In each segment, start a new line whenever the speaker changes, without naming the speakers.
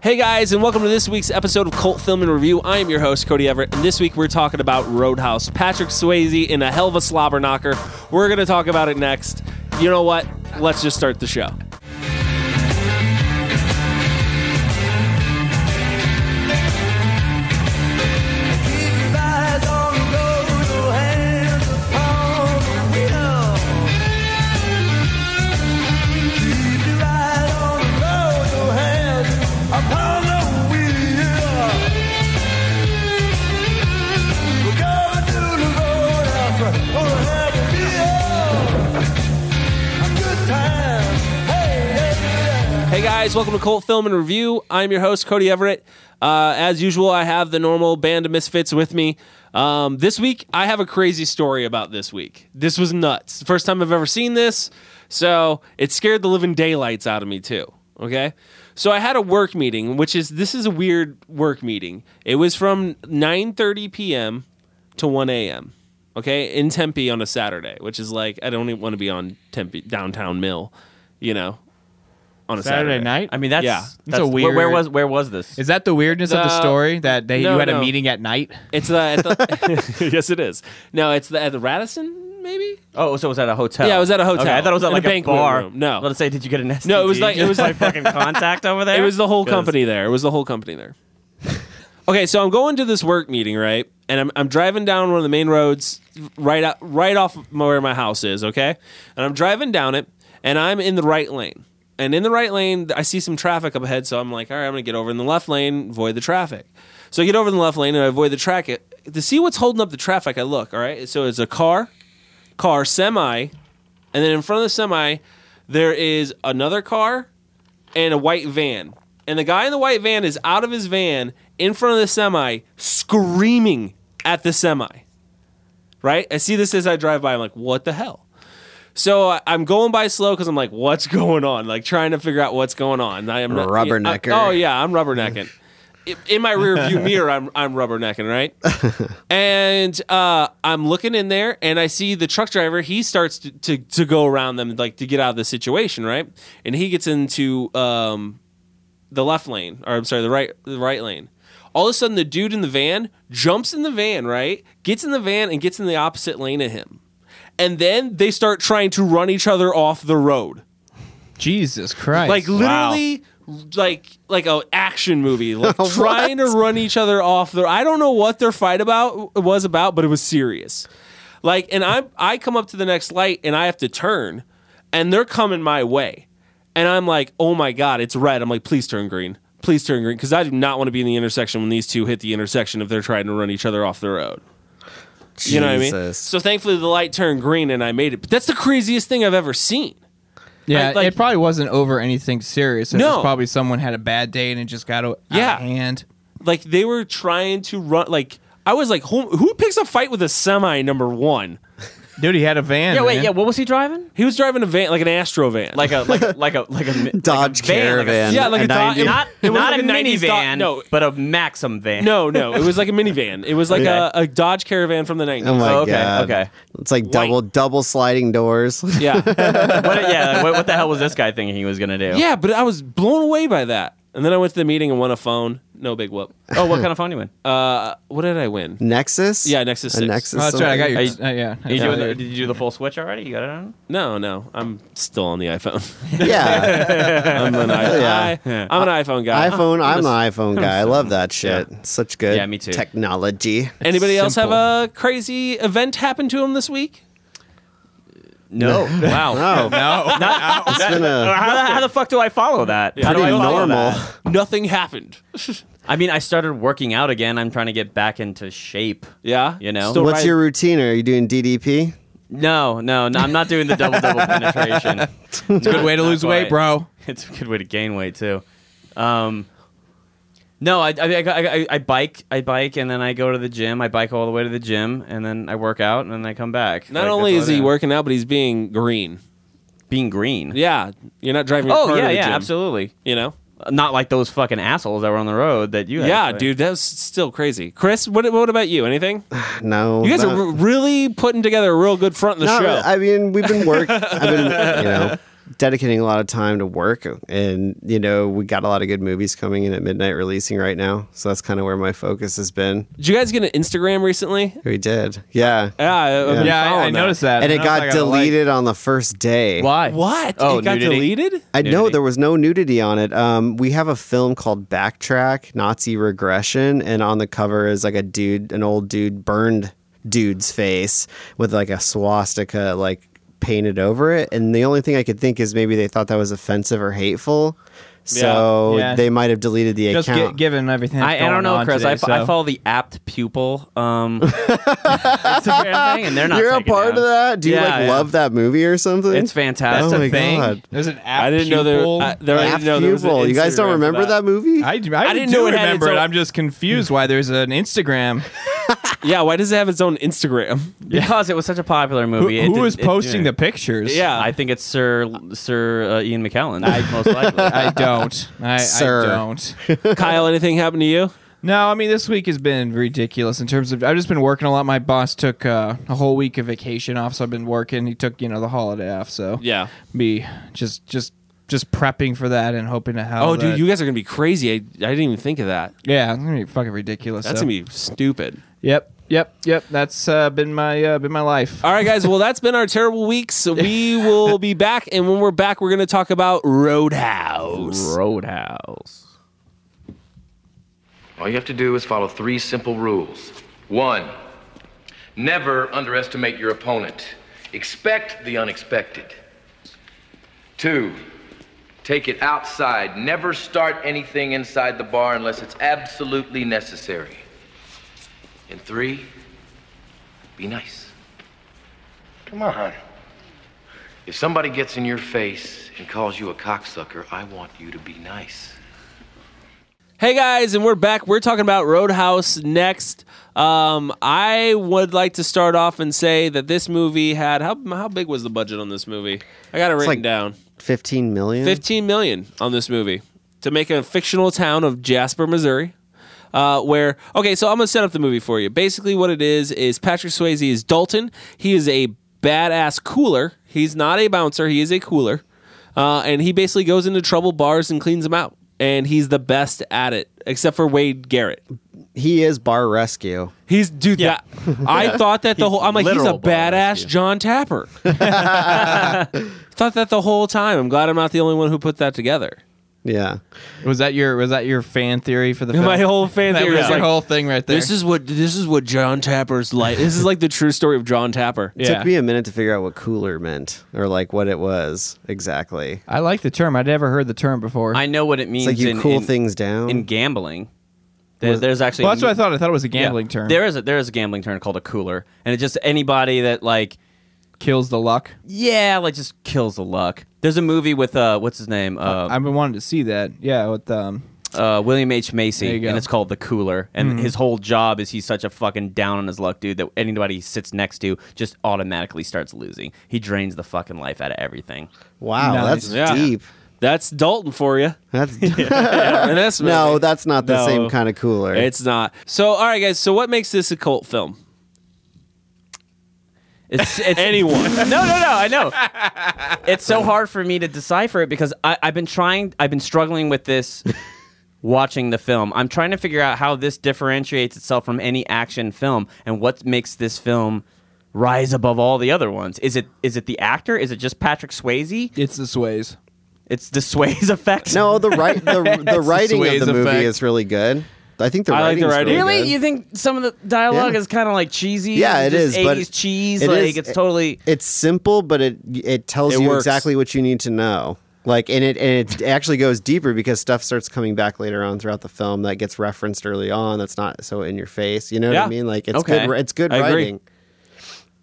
Hey guys, and welcome to this week's episode of Cult Film and Review. I am your host, Cody Everett, and this week we're talking about Roadhouse. Patrick Swayze in a hell of a slobber knocker. We're going to talk about it next. You know what? Let's just start the show. Hey guys, welcome to Cult Film and Review. I'm your host, Cody Everett. Uh, as usual, I have the normal band of misfits with me. Um, this week, I have a crazy story about this week. This was nuts. First time I've ever seen this, so it scared the living daylights out of me too. Okay, so I had a work meeting, which is this is a weird work meeting. It was from 9:30 p.m. to 1 a.m. Okay, in Tempe on a Saturday, which is like I don't even want to be on Tempe downtown Mill, you know, on a
Saturday,
Saturday,
night.
I mean, that's
Yeah.
that's,
a
where- Where
weird-
was where was this?
is that the weirdness of the
No.
story that they
Uh, No,
you had
no.
a meeting at night?
It's uh, at the yes, it is. No, it's the, at the Radisson, maybe.
Oh, so it was at a hotel.
Yeah, it was at a hotel.
Okay, I thought it was at
In a
like
banquet
bar.
room. No.
let's say, did you get an STD?
No, it was like- it was
like fucking contact over there.
It was the whole
'Cause-
company there. It was the whole company there. okay, so I'm going to this work meeting, right? And I'm, I'm driving down one of the main roads right out, right off my- where my house is, okay? And I'm driving down it, and I'm in the right lane. And in the right lane, I see some traffic up ahead, so I'm like, all right, I'm going to get over in the left lane, avoid the traffic. So I get over in the left lane and I avoid the traffic. To see what's holding up the traffic, I look, all right? So it's a car, car, semi, and then in front of the semi, there is another car and a white van. And the guy in the white van is out of his van in front of the semi, screaming at the semi. Right? I see this as I drive by. I'm like, what the hell? So I- I'm going by slow because I'm like, what's going on? Like trying to figure out what's going on. I am not- yeah, I-
Rubbernecker.
oh yeah, I'm rubbernecking. I- in my rear view mirror, I'm I'm rubbernecking, right? and uh, I'm looking in there, and I see the truck driver. He starts to, to, to go around them, like to get out of the situation, right? And he gets into um, the left lane, or I'm sorry, the right the right lane. All of a sudden, the dude in the van jumps in the van, right? Gets in the van and gets in the opposite lane of him, and then they start trying to run each other off the road,
Jesus Christ!
like literally. Like like a action movie, like trying to run each other off. The I don't know what their fight about was about, but it was serious. Like, and I I come up to the next light and I have to turn, and they're coming my way, and I'm like, oh my god, it's red. I'm like, please turn green, please turn green, because I do not want to be in the intersection when these two hit the intersection if they're trying to run each other off the road. You know what I mean?
Jesus.
So thankfully the light turned green and I made it. But that's the craziest thing I've ever seen.
yeah,
I- like-
it probably wasn't over anything serious. It
No.
was probably someone had a bad day and it just got out
Yeah.
out of hand.
like they were trying to run like I was like, who, who picks a fight with a semi? Number one,
Dude, he had a van.
Yeah, wait,
man.
yeah. What was he driving?
he was driving a van, like an Astro van,
Like a like a- like a like a mi-
Dodge
like a van,
Caravan.
yeah, like a,
a
Dodge.
90.
it-
not
it was
not
like
a,
90s Dodge-
minivan,
no,
but a Maxim van.
no, no, it was like a minivan. It was like
Okay.
a, a Dodge Caravan from the nineties.
Oh my
Oh, okay,
god.
okay.
It's like double double sliding doors.
yeah,
what, yeah. What, what the hell was this guy thinking he was gonna do?
yeah, but I was blown away by that. And then I went to the meeting and won a phone. No big whoop.
Oh, what kind of phone you in?
Uh, what did I win?
Nexus?
Yeah, Nexus
A
6.
Nexus.
Oh, that's right. I got your.
Are you-
uh, yeah.
Are you doing the-
Yeah.
did you do the full switch already? You got it on?
No, no, I'm still on the iPhone.
something. Yeah.
I'm an, I, I, am an iPhone guy.
iPhone. I'm an iPhone guy. I love that shit. Such good
Yeah, me too.
technology.
Anybody else have
Simple.
a crazy event happen to him this week?
No. wow.
Oh,
No,
it's been
Uh,
a
How, the- how the fuck do I follow that? How do
pretty
I follow
normal.
that?
Nothing happened.
I mean, I started working out again. I'm trying to get back into shape.
Yeah,
You know?
Still
What's
ride-
your routine? Are you doing DDP?
No, no, no I'm not doing the double double penetration.
it's a good way to lose
Not
weight,
quite.
bro.
It's a good way to gain weight too. Um, No, I, I, I, I, I bike, I bike, and then I go to the gym. I bike all the way to the gym, and then I work out, and then I come back.
Not
Like,
only
that's
is
what I
he
do.
working out, but he's being green.
being green.
Yeah, you're not driving. your
Oh
car to
yeah,
the
yeah,
gym,
absolutely.
You know.
Not like those fucking assholes that were on the road that you.
Yeah,
actually-
dude, that's still crazy. Chris, what what about you? Anything?
No,
You guys
not-
are re- really putting together a real good front of the
not
show.
really. I mean, we've been work. I've been, you know, dedicating a lot of time to work, and you know, we got a lot of good movies coming in at midnight releasing right now. So that's kind of where my focus has been.
Did you guys get an Instagram recently?
We did, yeah,
Yeah, I,
Yeah.
Yeah, I, I noticed that.
and it
I was
got
like, I like-
deleted on the first day.
Why?
What?
Oh,
it got
nudity?
deleted?
I know
Nudity.
there was no nudity on it. Um, we have a film called Backtrack: Nazi Regression, and on the cover is like a dude, an old dude, burned dude's face with like a swastika, like painted over it. And the only thing I could think is maybe they thought that was offensive or hateful, so
Yeah. Yeah.
they might have deleted the
Just gi-
account.
given everything. that's
I, I don't
going
know,
on
Chris.
today,
I, fo- I
so-
follow the apt pupil um, Instagram thing, and they're not.
You're a
taking
part
down.
of that. Do you
Yeah,
like
yeah.
love that movie or something?
It's fantastic.
That's
The
a Oh my
thing.
God.
There's an app.
I didn't know there.
pupil.
I, there I
Half
didn't know there was an
pupil. You guys
Instagram
don't
for
remember that,
that
movie?
I, I,
didn't
do
know it had
remember
its
it.
own-
I'm just confused why there's an Instagram.
Yeah, why does it have its own Instagram?
because it was such a popular
Who-
movie. it
who
did-
was
it-
posting
yeah.
the pictures?
Yeah.
I think it's Sir Sir uh, Ian McKellen, most likely.
I don't. I,
Sir.
I don't.
Kyle, anything happened to you?
No, I mean this week has been ridiculous in terms of I've just been working a lot. My boss took uh, a whole week of vacation off, so I've been working. He took you know the holiday off, so
Yeah.
me just just just prepping for that and hoping to help.
Oh, dude, you guys are gonna be crazy. I, I didn't even think of that.
yeah, it's gonna be fucking ridiculous.
That's
so.
gonna be stupid.
Yep, yep, yep. That's uh, been my uh, been my life.
All right, guys. Well, that's been our terrible week. So we will be back, and when we're back, we're gonna talk about Roadhouse.
Roadhouse.
All you have to do is follow three simple rules. One, never underestimate your opponent, expect the unexpected. Two, take it outside. Never start anything inside the bar unless it's absolutely necessary. And three, be nice. Come on. If somebody gets in your face and calls you a cocksucker, I want you to be nice.
Hey guys, and we're back. We're talking about Roadhouse next. Um, I would like to start off and say that this movie had how how big was the budget on this movie? I got it written
like-
down.
Fifteen million.
15 million on this movie to make a fictional town of Jasper, Missouri. Uh, where okay, so I'm gonna set up the movie for you. Basically, what it is is Patrick Swayze is Dalton. He is a badass cooler. He's not a bouncer. He is a cooler, uh, and he basically goes into trouble bars and cleans them out. And he's the best at it, except for Wade Garrett.
He is Bar Rescue.
He's dude. That, I thought that the whole. I'm like, he's a
literal bum
badass John Tapper. thought that the whole time. I'm glad I'm not the only one who put that together.
Yeah.
Was that your was that your fan theory for the film?
My whole fan
that
theory
was
is
your
like,
whole thing right there.
this is what this is what John Tapper's like. This is like the true story of John Tapper.
Yeah.
Took me a minute to figure out what cooler meant or like what it was exactly.
I like the term. I'd never heard the term before.
I know what it means.
It's like you
in,
cool
in-
things down.
in gambling. There, there's actually
well, that's what I thought. I thought it was a
Yeah.
gambling term.
There is a, there is a gambling term called a cooler, and it's just anybody that like
kills the luck.
yeah, like just kills the luck. There's a movie with uh what's his name uh,
I've been wanting to see that. Yeah, with um,
uh William H
There you
Macy,
go.
and it's called the Cooler, and his whole job is he's such a fucking down on his luck dude that anybody he sits next to just automatically starts losing. He drains the fucking life out of everything.
wow,
Nice.
that's
Yeah.
deep.
That's Dalton for you.
That's
And that's
no, that's not the same kind of cooler.
It's not. So, all right, guys. So, what makes this a cult film?
It's, it's
Anyone?
no, no, no. I know. It's so hard for me to decipher it because I, I've been trying. I've been struggling with this. Watching the film, I'm trying to figure out how this differentiates itself from any action film, and what makes this film rise above all the other ones. Is it is it the actor? Is it just Patrick Swayze?
it's the sways.
It's the Swayze effect.
no, the right the, the writing of
Swayze
the movie
effect.
is really good. I think the
I like
writing
the
is
writing.
really,
really,
good.
you think some of the dialogue
Yeah.
is kind of like cheesy?
Yeah, it
Just
is, but
80s cheese.
it
like
is-
it's totally.
it's simple, but it it tells
It
you
works.
exactly what you need to know. Like and it and it actually goes deeper because stuff starts coming back later on throughout the film that gets referenced early on. That's not so in your face. You know what
Yeah.
I mean? Like it's
Okay.
good. It's good
I agree.
writing.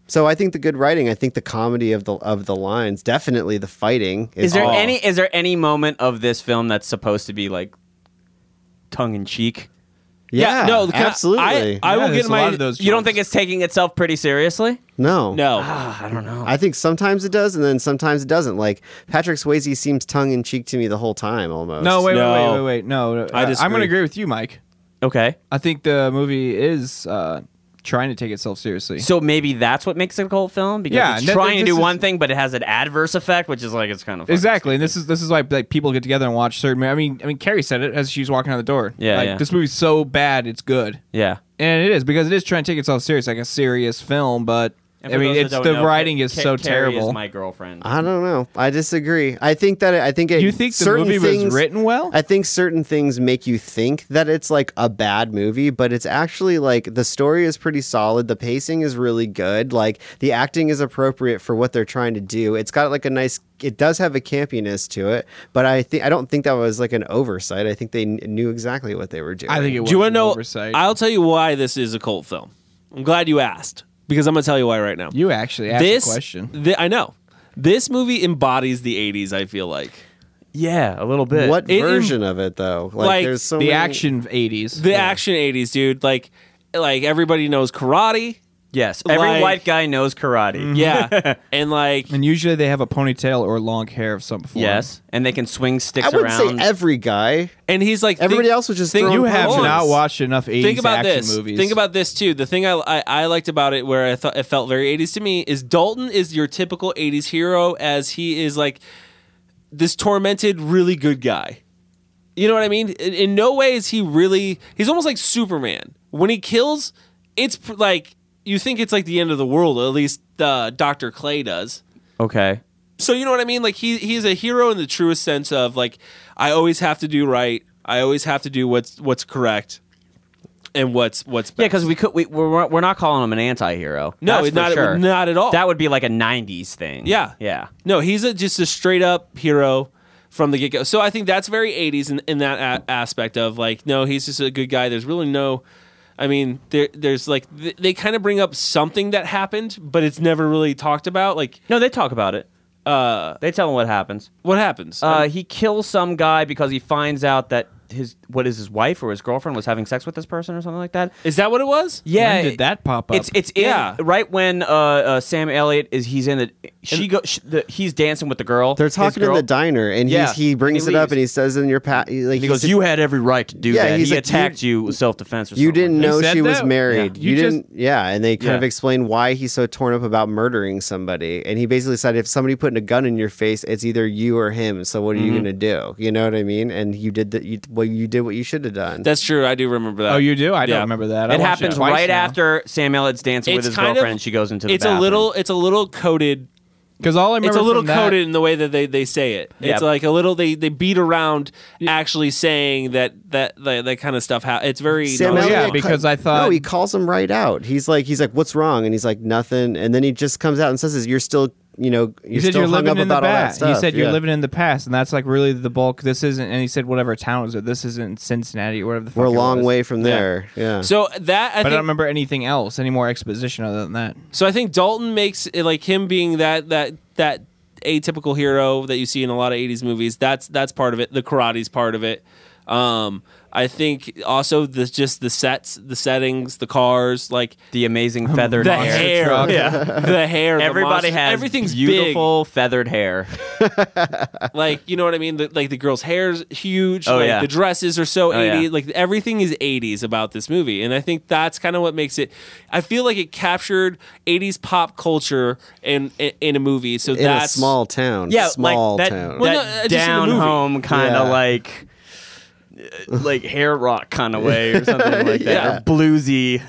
So I think the good writing. I think the comedy of the of the lines. Definitely the fighting. Is,
Is there
all-
any? Is there any moment of this film that's supposed to be like tongue in cheek.
Yeah, no,
the kind of- I-
absolutely.
I,
Yeah,
will
there's
get
a
my.
lot of those
You don't
jokes.
think it's taking itself pretty seriously? Ah.
no,
Oh,
No,
I don't know.
I think sometimes it does, and then sometimes it doesn't. Like Patrick Swayze seems tongue in cheek to me the whole time, almost.
No, wait, wait,
No.
wait, wait, wait. No,
I
I I'm going
disagree.
to agree with you, Mike.
Okay,
I think the movie is uh, trying to take itself seriously.
so maybe that's what makes it a cult film because
Yeah,
it's
no,
trying to
this
do
is-
one thing, but it has an adverse effect, which is like it's kind of fucking
Exactly, and this is this is why like people get together and watch certain. I mean, I mean, Carrie said it as she was walking out the door.
Yeah,
like
yeah.
this movie's so bad, it's good,
stupid. Yeah,
and it is because it is trying to take itself serious, like a serious film. But I mean, it's the writing is so terrible.
my girlfriend.
I don't know. I disagree. I think that it, I think it,
You think the
certain
movie was
things,
written well?
I think certain things make you think that it's like a bad movie, but it's actually like the story is pretty solid. The pacing is really good. Like the acting is appropriate for what they're trying to do. It's got like a nice. It does have a campiness to it, but I think I don't think that was like an oversight. I think they kn- knew exactly what they were doing.
I think it was
Do you want to
an
know?
oversight.
I'll tell you why this is a cult film. I'm glad you asked because I'm going to tell you why right now.
you actually asked
this
the question.
thi- I know. This movie embodies the 80s, I feel like.
yeah, a little bit.
what
it-
version of it though? Like,
like,
there's so
The
many-
action '80s.
The action 80s, dude. Like like everybody knows karate.
Yes, every
Like-
white guy knows karate.
Yeah. and like
and usually they have a ponytail or long hair of some form.
Yes, and they can swing sticks
I wouldn't
around.
say every guy.
and he's like think-
Everybody else was just
think-
throwing
you have
Hold on.
not watched enough '80s
Think about
action
this.
movies.
Think about this too. The thing I, I I liked about it, where I thought it felt very 80s to me, is Dalton is your typical 80s hero, as he is like this tormented, really good guy. You know what I mean? In, in no way is he really. He's almost like Superman. When he kills, it's pr- like you think it's like the end of the world. At least uh, Doctor Clay does.
okay,
So you know what I mean? Like he he's a hero in the truest sense of like I always have to do right. I always have to do what's what's correct and what's what's best.
yeah, because we could we we're, we're not calling him an anti-hero.
No,
That's
it's
for
not
sure.
not at all.
That would be like a '90s thing.
Yeah.
yeah.
no, he's a, just a straight up hero from the get go. So I think that's very 80s in, in that a- aspect of like no, he's just a good guy. There's really no I mean, there there's like th- they kind of bring up something that happened, but it's never really talked about like
No, they talk about it. Uh, they tell him what happens.
what happens.
Uh, he kills some guy because he finds out that his what is his wife or his girlfriend was having sex with this person or something like that.
is that what it was?
Yeah,
when did that pop up?
It's it's in-
Yeah.
right when uh, uh, Sam Elliott is he's in the she go sh the, he's dancing with the girl.
They're
his
talking in
girl.
the diner, and
Yeah,
he's, he
and
brings
he
it up,
leaves.
and he says, "In your past, like
He goes,
said,
you had every right to do
Yeah,
that.
he's
He
like,
attacked you, self defense. or
you
something
didn't
like
know
said
she was
that?
married.
Yeah.
You,
You just-
didn't, yeah." And they kind of
Yeah.
explain why he's so torn up about murdering somebody, and he basically said, "If somebody putting a gun in your face, it's either you or him. So what are you gonna do? You know what I mean?" And you did that. You well, you did what you should have done.
That's true. I do remember that.
oh, you do? I
Yeah.
don't remember that. I
It
watched
happens
twice
right
now.
after Sam Elliott's dancing with his
kind
girlfriend. and she goes into the
It's
bathroom.
a little. It's a little coded.
because all I remember
It's a little
from that-
coded in the way that they, they say it.
Yeah.
It's like a little. They, they beat around actually saying that that that, that kind of stuff. Ha- it's very.
Sam
no,
Elliott-
Elliott
yeah, because I
no,
thought-
he calls him right out. He's like, he's like, "What's wrong?" And he's like, "Nothing." And then he just comes out and says, "You're still, you know, you're
You said
still
you're
hung
living
up
in the
about all that
past.
stuff."
You said you're
Yeah.
living in the past, and that's like really the bulk. This isn't. And he said whatever town was it. This isn't Cincinnati or whatever. The fuck
We're a
it
long
was.
way from there. Yeah.
So that I
But I don't
think.
remember anything else, any more exposition other than that.
so I think Dalton makes it like him being that that that atypical hero that you see in a lot of '80s movies. That's that's part of it. The karate's part of it. Um, I think also the just the sets, the settings, the cars, like
the amazing feathered
the
hair.
hair,
truck.
the hair. the
Everybody
monsters,
has
everything's big.
beautiful feathered hair.
like you know what I mean. The, like the girl's hair's huge.
Oh,
like,
yeah.
The dresses are so
Oh, yeah.
eighty. Like everything is eighties about this movie, and I think that's kind of what makes it. I feel like it captured eighties pop culture in, in in a movie. So
in
that's
a small town.
Yeah,
small
like that,
town.
Well, no,
that
just in the
down
movie.
home kind of
Yeah.
like uh, like hair rock kind of way or something like that.
Yeah.
Or bluesy.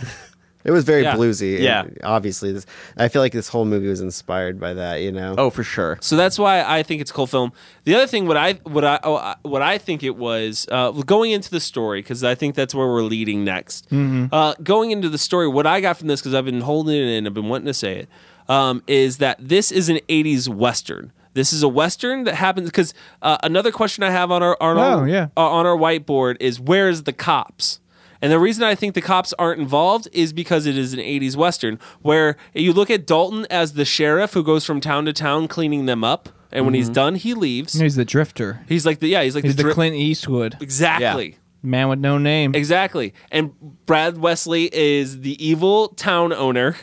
It was very
Yeah.
bluesy.
Yeah.
and obviously, this, I feel like this whole movie was inspired by that. You know.
Oh, for sure.
So that's why I think it's a cool film. The other thing, what I what I oh, I- what I think it was uh, going into the story because I think that's where we're leading next.
Mm-hmm.
Uh, going into the story, what I got from this because I've been holding it in, I've been wanting to say it, um, is that this is an '80s western. This is a western that happens because uh, another question I have on our on
Oh,
our,
yeah.
uh, on our whiteboard is where is the cops? And the reason I think the cops aren't involved is because it is an 80s Western where you look at Dalton as the sheriff who goes from town to town cleaning them up. And when Mm-hmm. he's done, he leaves.
He's the drifter.
He's like the, yeah, he's like
He's
the,
the
dri-
Clint Eastwood.
Exactly.
Man with no name.
Exactly. And Brad Wesley is the evil town owner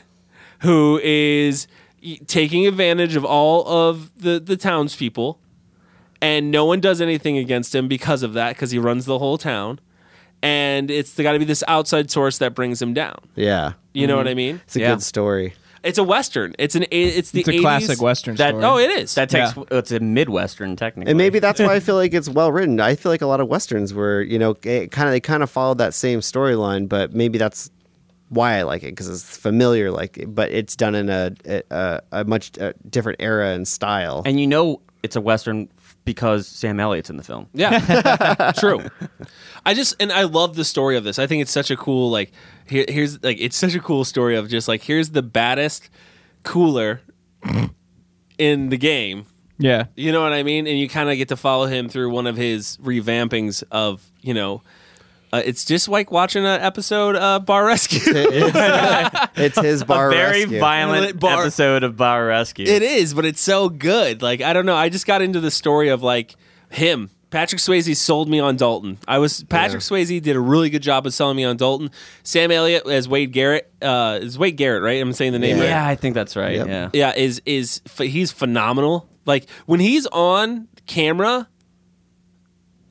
who is y- taking advantage of all of the, the townspeople. And no one does anything against him because of that, because he runs the whole town. And it's got to be this outside source that brings him down.
Yeah.
You
Mm-hmm.
know what I mean?
It's a
Yeah.
good story.
It's a western. It's an. a- It's the
It's a
80s.
classic Western
That-
story.
Oh, it is.
That takes
Yeah.
it's a midwestern technically.
And maybe that's why I feel like it's well written. I feel like a lot of westerns were, you know, it kind of they kind of followed that same storyline, but maybe that's why I like it because it's familiar, like, but it's done in a eh, a, a much uh different era and style.
and you know it's a western f- because Sam Elliott's in the film.
Yeah, true. I just and I love the story of this. I think it's such a cool like here, here's like it's such a cool story of just like here's the baddest cooler in the game.
Yeah.
You know what I mean? And you kind of get to follow him through one of his revampings of you know. Uh, it's just like watching an episode of Bar Rescue.
it's his bar
Very
rescue.
violent
Bar-
episode of Bar Rescue.
It is, but it's so good. Like I don't know. I just got into the story of like him. Patrick Swayze sold me on Dalton. I was Patrick Swayze did a really good job of selling me on Dalton. Sam Elliott as Wade Garrett uh, is Wade Garrett, right? I'm saying the name.
Yeah.
right?
Yeah, I think that's right.
Yep.
Yeah.
yeah. Is is ph- he's phenomenal. Like when he's on camera,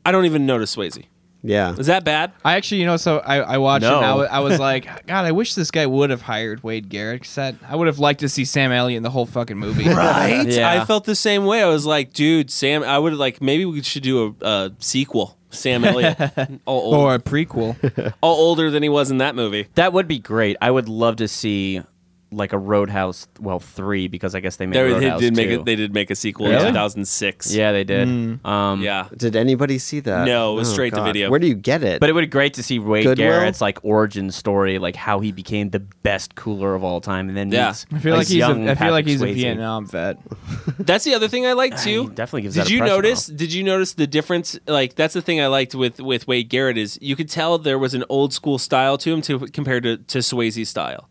I don't even notice Swayze.
Yeah.
Is that bad?
I actually, you know, so I, I watched it
No.
and I, wa- I was like, God, I wish this guy would have hired Wade Garrett. 'cause that- I would have liked to see Sam Elliott in the whole fucking movie.
Right.
Yeah.
I felt the same way. I was like, dude, Sam. I would like maybe we should do a, a sequel. Sam Elliott, all, old,
Or a prequel.
all older than he was in that movie.
That would be great. I would love to see like a Roadhouse, well, three because I guess they made
They, they
Roadhouse
did make
two.
a, they did make a sequel in
Really?
2006.
yeah, they did.
Mm.
Um,
yeah.
Did anybody see that? Oh,
No, it was straight to
God.
video.
Where do you get it?
But it would be great to see Wade
Goodwill?
Garrett's like origin story, like how he became the best cooler of all time, and then
Yeah.
meets,
I feel like
this
he's
young
a, I feel like
Patrick
he's a
Swayze.
Vietnam vet.
That's the other thing I liked
He
too.
definitely gives.
Did
that
you
impression
notice?
off.
Did you notice the difference? Like that's the thing I liked with with Wade Garrett is you could tell there was an old school style to him to compared to to Swayze's style.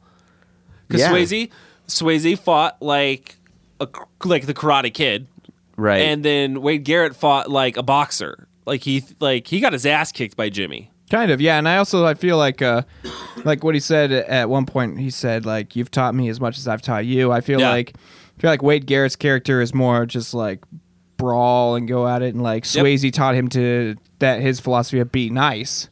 Because
Yeah.
Swayze, Swayze fought like a like the Karate Kid,
Right.
and then Wade Garrett fought like a boxer. Like he like he got his ass kicked by Jimmy.
Kind of, yeah. And I also I feel like uh like what he said at one point, he said, like, you've taught me as much as I've taught you. I feel
Yeah.
like I feel like Wade Garrett's character is more just like brawl and go at it and like
Yep.
Swayze taught him to that his philosophy of be nice.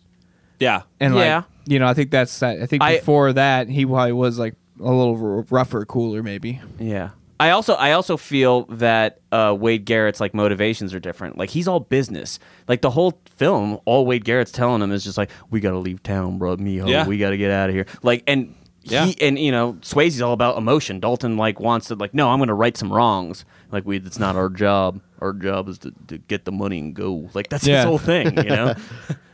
Yeah,
And
Yeah.
like you know, I think that's that I think
I-
before that he probably was like a little r- rougher, cooler maybe.
Yeah. I also I also feel that uh, Wade Garrett's like motivations are different. Like he's all business. Like the whole film, all Wade Garrett's telling him is just like, "We gotta leave town, bro. Mijo,
Yeah.
we gotta get out of here." Like and
Yeah.
he and you know Swayze's all about emotion. Dalton like wants to like, "No, I'm gonna right some wrongs." Like we, it's not our job. Our job is to, to get the money and go. Like that's
Yeah.
his whole thing. You know.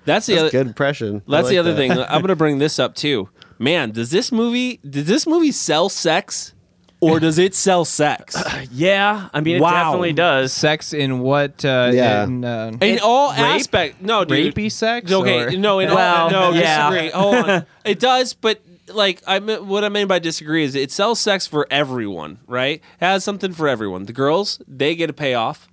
that's the other
good impression. I
That's
like
the other
that.
thing. I'm gonna bring this up too. Man, does this movie does this movie sell sex or does it sell sex?
Uh, yeah. I mean, it
Wow.
definitely does.
Sex in what uh
Yeah.
in, uh,
In all
Rape?
aspects. No, dude.
rapey sex?
Okay,
or-
no, in all,
Well,
no,
yeah.
disagree. Hold on. It does, but like I mean, what I mean by disagree is it sells sex for everyone, right? It has something for everyone. The girls, they get a payoff.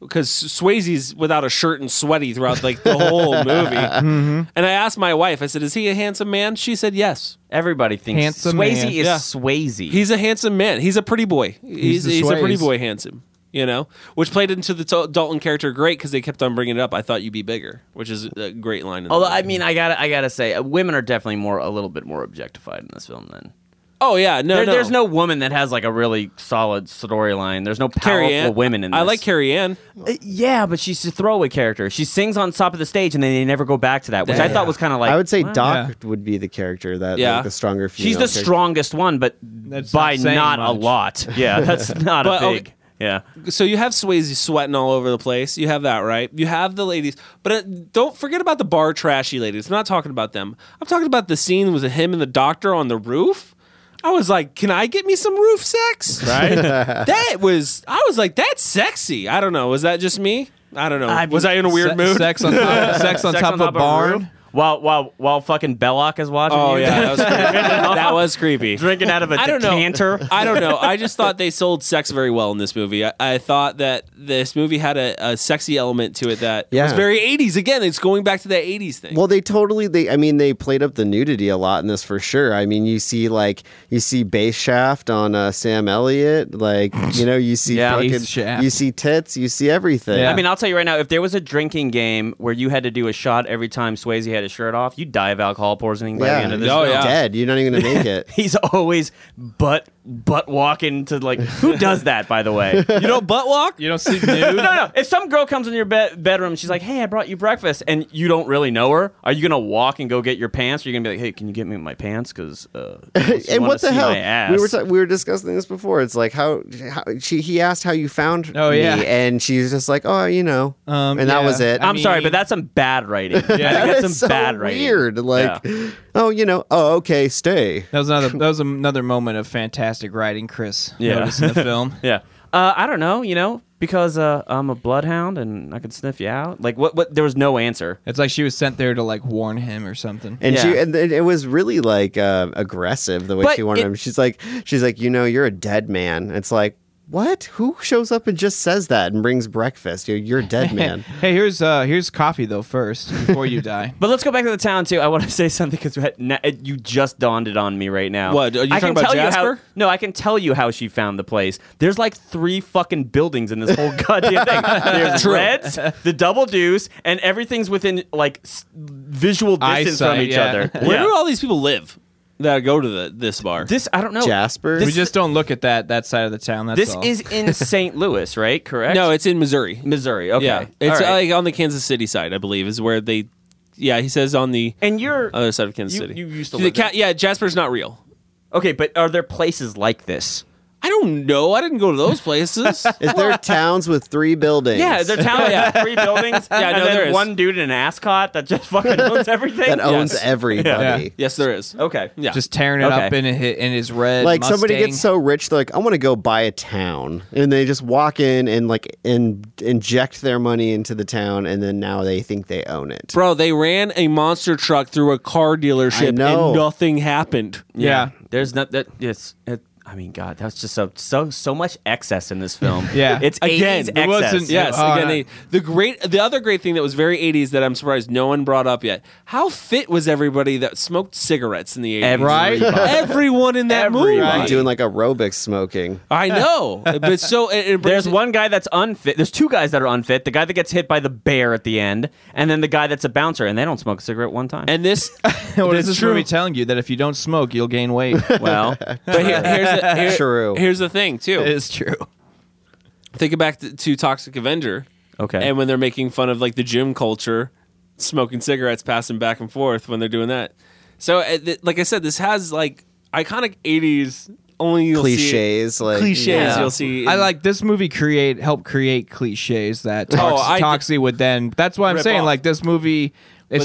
Because Swayze's without a shirt and sweaty throughout like the whole movie, and I asked my wife, I said, "Is he a handsome man?" She said, "Yes."
Everybody thinks
Handsome
Swayze
man.
is
Yeah.
Swayze.
He's a handsome man. He's a pretty boy. He's,
the
he's a pretty
Swayze.
boy, handsome. You know, which played into the Dal- Dalton character great because they kept on bringing it up. I thought you'd be bigger, which is a great line. In the
Although
movie.
I mean, I gotta, I gotta say, uh, women are definitely more, a little bit more objectified in this film than.
oh yeah, no,
There,
no.
There's no woman that has like a really solid storyline. There's no powerful
Carrie Ann.
women in this.
I like Carrie Ann.
Uh, yeah, but she's a throwaway character. She sings on top of the stage, and then they never go back to that, which I thought was kind of like.
I would say
wow.
Doc would be the character that
Yeah.
like, the stronger female.
she's the
character.
strongest one, but
That's
by
not saying
not, a
much.
lot. Yeah, that's not
But,
a
okay.
big. Yeah,
So you have Swayze sweating all over the place. You have that right. You have the ladies, but uh, don't forget about the bar trashy ladies. I'm not talking about them. I'm talking about the scene with him and the doctor on the roof. I was like, can I get me some roof sex? Right. that was. I was like, that's sexy. I don't know. Was that just me? I don't know.
I
was
mean,
I in a weird
Se-
mood?
Sex on top, sex on
Sex
top
on
of
top of a
barn.
roof? while while while fucking Belloc is watching.
Oh
you.
yeah, that was creepy. that was creepy.
drinking out of a
I don't know.
decanter.
I don't know. I just thought they sold sex very well in this movie. I, I thought that this movie had a, a sexy element to it that
Yeah.
was very 80s. Again, it's going back to that 80s thing.
Well, they totally they I mean they played up the nudity a lot in this for sure. I mean, you see like you see bass shaft on uh, Sam Elliott, like you know, you see
Yeah.
fucking
Bass shaft.
you see tits, you see everything.
Yeah.
I mean, I'll tell you right now, if there was a drinking game where you had to do a shot every time Swayze had his shirt off, you'd die of alcohol poisoning by
yeah.
the end of this.
you're
Oh, yeah.
dead. You're not even gonna make it.
He's always butt butt walking to like who does that by the way?
you know, butt walk?
You don't see nude.
No, no. If some girl comes in your bed bedroom, she's like, "Hey, I brought you breakfast," and you don't really know her, are you gonna walk and go get your pants? Or you gonna be like, "Hey, can you get me my pants?" Because uh,
and what the
see
hell?
My ass.
We were ta- we were discussing this before. It's like how, how she he asked how you found
Oh, yeah.
me, and she's just like, oh, you know,
Um,
and that was
yeah.
it.
I'm
I mean-
sorry, but that's some bad writing. I think
That
that's
is
some
so
bad writing.
weird. Like,
Yeah.
oh, you know, oh, okay, stay.
That was another. That was another moment of fantastic writing, Chris.
Yeah.
noticed in the film.
Yeah. Uh, I don't know, you know, because uh, I'm a bloodhound and I can sniff you out. Like what? What? There was no answer.
It's like she was sent there to like warn him or something.
And she
Yeah.
and it it was really like uh, aggressive the way
But
she wanted
it-
him. She's like, she's like, you know, you're a dead man. It's like, what? Who shows up and just says that and brings breakfast? You're, you're a
Oh.
dead man.
Hey, here's uh here's coffee though first before you die.
But let's go back to the town too. I want to say something because you just dawned it on me right now.
What, are you talking
I can
about
tell you how-
Jasper?
no, I can tell you how she found the place. There's like three fucking buildings in this whole goddamn thing. There's Reds, the Double Deuce, and everything's within like s- visual distance
Eyesight,
from each
yeah.
other.
Where
Yeah.
do all these people live that go to the, this bar?
This I don't know.
Jasper,
we just don't look at that that side of the town. That's
This
all.
is in St. Louis, right? Correct.
no, it's in Missouri.
Missouri. Okay.
Yeah. It's uh,
All right.
like on the Kansas City side, I believe, is where they. Yeah, he says on the
and you're
other side of Kansas
you-
City.
you used to
The
live there.
Yeah, Jasper's not real.
okay, but are there places like this?
I don't know. I didn't go to those places.
is there towns with three buildings?
Yeah, they're town yeah. three buildings. Yeah,
no,
and then
there is.
one dude in an ascot that just fucking owns everything.
that owns
Yes.
everybody.
Yeah.
yes, there is.
Okay.
Yeah.
just tearing it
Okay.
up in hi- in his red.
Like somebody
Mustang.
gets so rich, they're like, I want to go buy a town, and they just walk in and like in, inject their money into the town, and then now they think they own it.
Bro, they ran a monster truck through a car dealership
I know.
and nothing happened.
yeah.
There's not that. It's. It, I mean, God, that's just so so so much excess in this film.
Yeah.
it's
Again,
80s
it
excess.
wasn't-
Yes,
Oh,
again,
no.
they, the great, the other great thing that was very '80s that I'm surprised no one brought up yet. How fit was everybody that smoked cigarettes in the '80s?
Everybody.
everyone in that movie.
Everybody.
Doing like aerobic smoking.
I know, but so it, it brings
There's one guy that's unfit. There's two guys that are unfit. The guy that gets hit by the bear at the end, and then the guy that's a bouncer, and they don't smoke a cigarette one time.
and this.
What
this
is this movie telling you that if you don't smoke, you'll gain weight?
well,
But here- here's the, here-
True.
Here's the thing, too.
it's true.
Think back to, to Toxic Avenger.
okay.
And when they're making fun of like the gym culture, smoking cigarettes, passing back and forth when they're doing that. So, uh, th- like I said, this has like iconic '80s only you'll see it-
Cliches, like
cliches
yeah.
you'll see. in- Oh,
I like this movie. Create help create cliches that Tox-
I-
Toxie would then. That's why I'm
Rip
saying
off.
like this movie. It's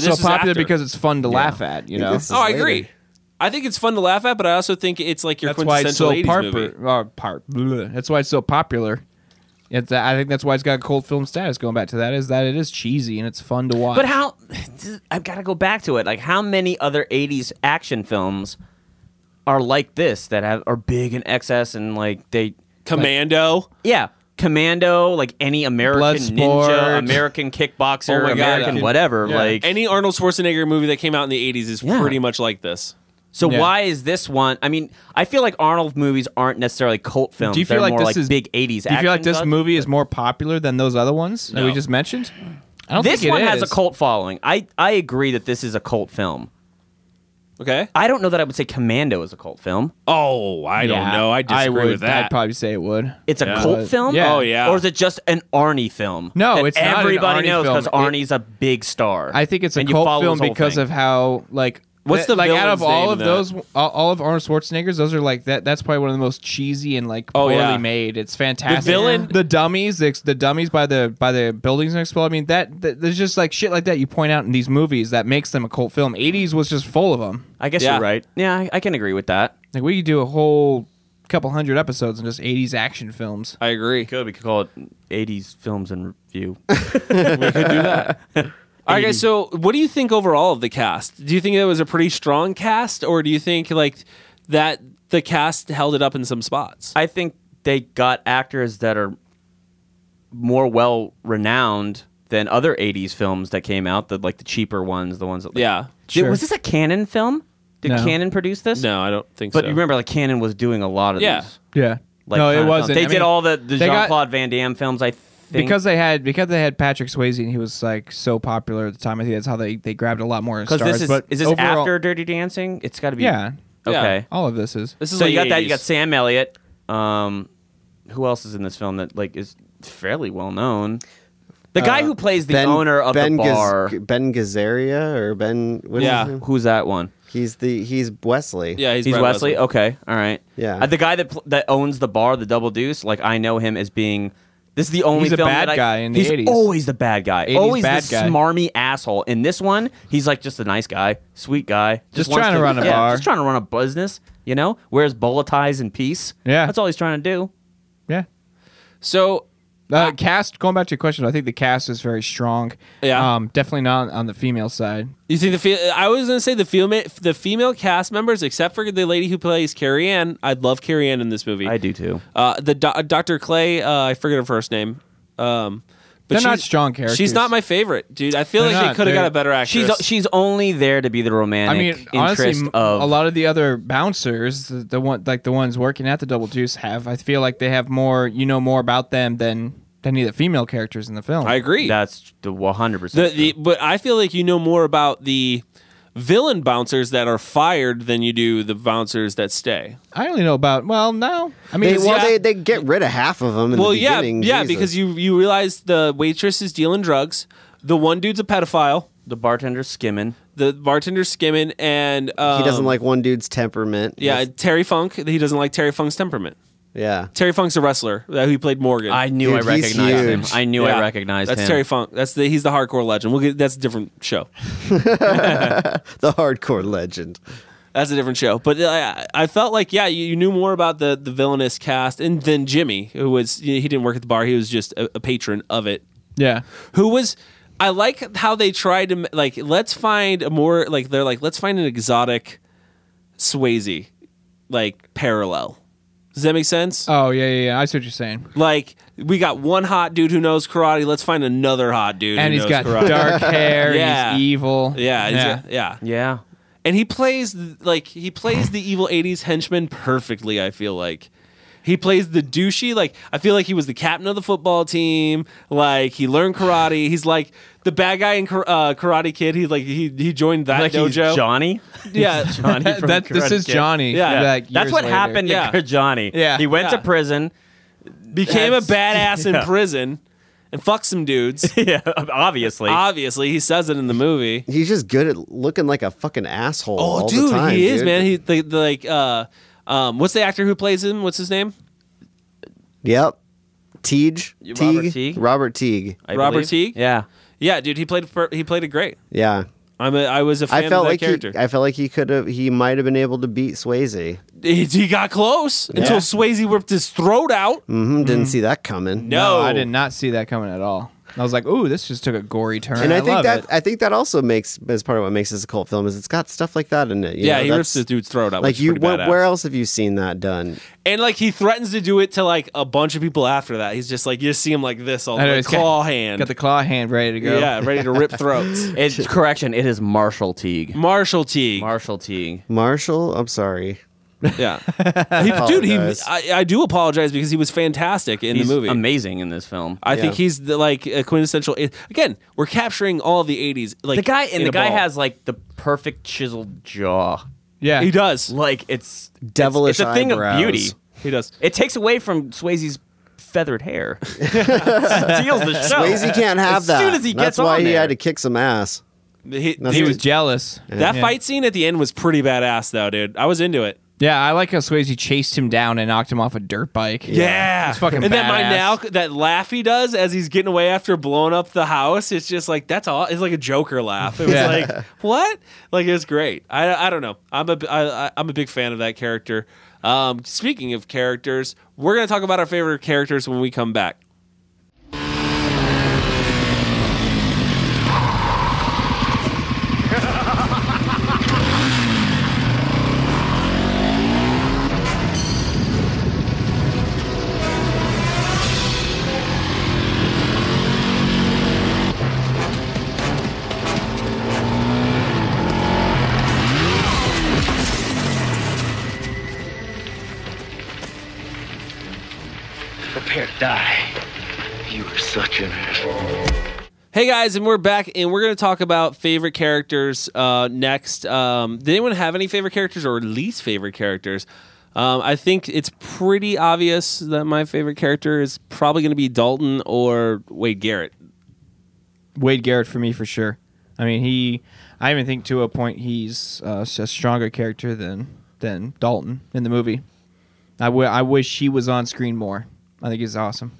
But
so
this is
popular
after.
because it's fun to laugh at. You know.
It's-
Oh, I
later.
agree. I think it's fun to laugh at, but I also think it's like your
That's why it's
quintessential
so
80s movie.
parper, uh, par, bleh. That's why it's so popular. It's, I think that's why it's got cult film status. Going back to that is that it is cheesy and it's fun to watch.
But how? I've got to go back to it. Like, how many other '80s action films are like this that have are big in excess and like they,
Commando.
yeah, Commando, like any American ninja,
Bloodsport.
American kickboxer,
Oh my God,
American
yeah.
whatever. Like,
Any Arnold Schwarzenegger movie that came out in the 80s is
Yeah.
pretty much like this.
so
Yeah.
why is this one? I mean, I feel like Arnold movies aren't necessarily cult films.
do you feel
They're
like
more
this
like
is
big '80s?
Do you feel like
action
this
stuff.
movie is more popular than those other ones that we
No.
just mentioned? I don't
This
think it
one has a
is.
cult following. I I agree that this is a cult film.
Okay.
I don't know that I would say Commando is a cult film.
Oh, I don't
Yeah,
know. I disagree
would,
with that.
I'd probably say it would.
It's a
Yeah.
cult film.
Yeah. Oh,
yeah.
Or is it just an Arnie film?
No,
that
it's not an
everybody
Arnie
knows
film.
because Arnie's a big star.
I think it's a
And you
cult
follow
film
his whole
because
thing.
of how like
What's
that-
the
like out of
villain's
all
name
of
in that?
those all, all of Arnold Schwarzenegger's those are like that that's probably one of the most cheesy and like
Oh,
poorly
yeah.
made. It's fantastic.
villain-
the dummies, the, the dummies by the by the buildings next explode. I mean that, that there's just like shit like that you point out in these movies that makes them a cult film. 80s was just full of them.
I guess
Yeah.
you're right. Yeah, I, I can agree with that.
Like we could do a whole couple hundred episodes on just 80s action films.
I agree.
Could we could call it '80s films and review?
All right, guys. So, what do you think overall of the cast? Do you think it was a pretty strong cast, or do you think like that the cast held it up in some spots?
I think they got actors that are more well renowned than other '80s films that came out. The like the cheaper ones, the ones that like,
Yeah.
Did-
Sure.
was this a Canon film? Did
No.
Canon produce this?
No, I don't think
But
so.
you remember, like Canon was doing a lot of
Yeah.
these.
Yeah.
Like,
no,
kind
it
of
wasn't.
They
I
did
mean,
all the, the
they got-
Jean Claude Van Damme films. I think
because they had because they had Patrick Swayze and he was like so popular at the time. I think that's how they, they grabbed a lot more
because
stars.
this is
but
is this
overall-
after Dirty Dancing? It's got to be
Yeah,
Okay.
all of this is.
This is
So
like
you got that. You
80s.
got Sam Elliott. Um, who else is in this film that like is fairly well known? The
Uh,
guy who plays the owner of
uh, ben
the
Gaz-
bar.
ben Gazaria or Ben. What is
Yeah.
Mhm.
his name?
Who's that one?
he's the he's Wesley.
Yeah, he's,
He's,
Brad
Wesley. Okay, all right.
Yeah.
Uh, the guy that pl- that owns the bar, the Double Deuce. Like I know him as being. This is the only
He's a
film
bad
that I-
guy in the
he's
80s.
always the bad guy.
80s
always
bad
the
guy.
smarmy asshole. In this one, he's like just a nice guy, sweet guy,
Just
wants
trying to run a
yeah,
bar.
just trying to run a business. You know, wears bolo ties in peace.
Yeah.
that's all he's trying to do.
Yeah.
So
Ah.
Uh, cast. Going back to your question, I think the cast is very strong.
Yeah.
Um, definitely not on the female side.
You think the fe- I was gonna say the female the female cast members, except for the lady who plays Carrie Ann. I'd love Carrie Ann in this movie.
I do too.
Uh, the do- Dr. Clay, uh, I forget her first name. Um, but
They're not
she's-
strong characters.
She's not my favorite, dude. I feel
They're
like they
not.
could have
They're-
got a better actress.
She's she's only there to be the
I
romantic
mean, honestly,
interest
m-
of
a lot of the other bouncers, the, the one like the ones working at the Double Juice, have. I feel like they have more. You know more about them than than any of the female characters in the film.
I agree.
That's the one hundred
the,
percent.
the but I feel like you know more about the villain bouncers that are fired than you do the bouncers that stay.
I only know about. Well, no. I mean,
They,
it's-
well,
yeah.
they, they get rid of half of them in
well,
the
yeah,
beginning.
yeah,
Jesus.
because you you realize the waitress is dealing drugs. The one dude's a pedophile.
The bartender skimming.
The bartender's skimming, and um,
he doesn't like one dude's temperament.
Yeah,
That's-
Terry Funk. He doesn't like Terry Funk's temperament.
yeah.
Terry Funk's a wrestler. uh, He played Morgan.
I knew
Dude,
I
he's
recognized him.
huge.
I knew
Yeah.
I recognized
that's
him.
Terry Funk. That's the he's the hardcore legend. We'll get that's a different show.
The hardcore legend.
That's a different show. But I, I felt like yeah, you, you knew more about the the villainous cast, and then Jimmy, who was he didn't work at the bar. He was just a, a patron of it.
yeah.
Who was I like how they tried to m- like let's find a more like they're like let's find an exotic Swayze like parallel. Does that make sense?
Oh yeah, yeah, yeah. I see what you're saying.
Like we got one hot dude who knows karate. Let's find another hot dude,
and
who
he's
knows
got
karate.
dark hair.
Yeah.
and he's evil.
Yeah,
yeah.
yeah, yeah,
Yeah.
And he plays like he plays the evil '80s henchman perfectly. I feel like he plays the douchey. Like I feel like he was the captain of the football team. Like he learned karate. He's like the bad guy in Kar- uh, Karate Kid. He like he he joined that
Like he's
dojo.
Johnny.
yeah,
Johnny from
That this
Karate
is
Kid.
Johnny.
Yeah.
like,
That's
years
what
later.
happened
Yeah.
to Johnny.
Yeah.
He went
Yeah.
to prison.
became a badass in
yeah.
prison and fucked some dudes.
Yeah, obviously.
Obviously, he says it in the movie.
He's just good at looking like a fucking asshole. all the
Oh, dude,
time,
he is
dude.
man. He the, the, like uh, um, what's the actor who plays him? What's his name?
Yep. Teague.
Robert
Teague.
Teague?
Robert Teague.
I
Robert
believe.
Teague?
Yeah.
Yeah, dude, he played per- he played it great.
Yeah.
I'm a, I was a fan
I
of
felt
that
like
character.
he, I felt like he could have he might have been able to beat Swayze.
he, he got close until Swayze ripped his throat out.
hmm Didn't
Mm.
see that coming.
No,
No, I did not see that coming at all. I was like, "Ooh, this just took a gory turn."
And I, think
love
that
it.
I think that also makes as part of what makes this a cult film is it's got stuff like that in it. you
Yeah,
know,
he
that's-
rips the dude's throat out.
like you
went
wh- where else have you seen that done?
and like he threatens to do it to like a bunch of people after that. He's just like you see him like this all
I know,
like,
he's
claw
got,
hand.
got the claw hand ready to go.
yeah, ready to rip throats.
It's correction. It is Marshall Teague.
Marshall Teague.
Marshall Teague.
Marshall, I'm sorry.
yeah, he, dude, he
Apologize.
I, I do apologize because he was fantastic in
He's
the movie.
amazing in this film.
I think
Yeah.
he's the, like a quintessential. eh, Again, we're capturing all the '80s. Like
the guy
in
and the
a
guy
ball.
has like the perfect chiseled jaw.
yeah.
he does.
Like it's it's-
Devilish
It's, a thing
eyebrows.
of beauty.
He does.
It takes away from Swayze's feathered hair. Steals the show.
Swayze can't have
as
that.
soon as he
That's
gets on
why he
there.
had to kick some ass.
He,
He
he
was
was,
jealous.
that
Yeah.
fight scene at the end was pretty badass, though, dude. I was into it.
Yeah, I like how Swayze chased him down and knocked him off a dirt bike.
Yeah,
It's fucking
And then my
badass.
now that laugh he does as he's getting away after blowing up the house. It's just like that's all. It's like a Joker laugh. It was
Yeah.
like what? Like it's great. I I don't know. I'm a I, I- I'm a big fan of that character. Um, speaking of characters, we're gonna talk about our favorite characters when we come back.
Prepare to die. You are such an asshole.
Hey guys, and we're back, and we're going to talk about favorite characters uh, next. Um, did anyone have any favorite characters or least favorite characters? Um, I think it's pretty obvious that my favorite character is probably going to be Dalton or Wade Garrett.
Wade Garrett for me for sure. I mean, he. I even think to a point he's uh, a stronger character than than Dalton in the movie. I wi- I wish he was on screen more. I think he's awesome.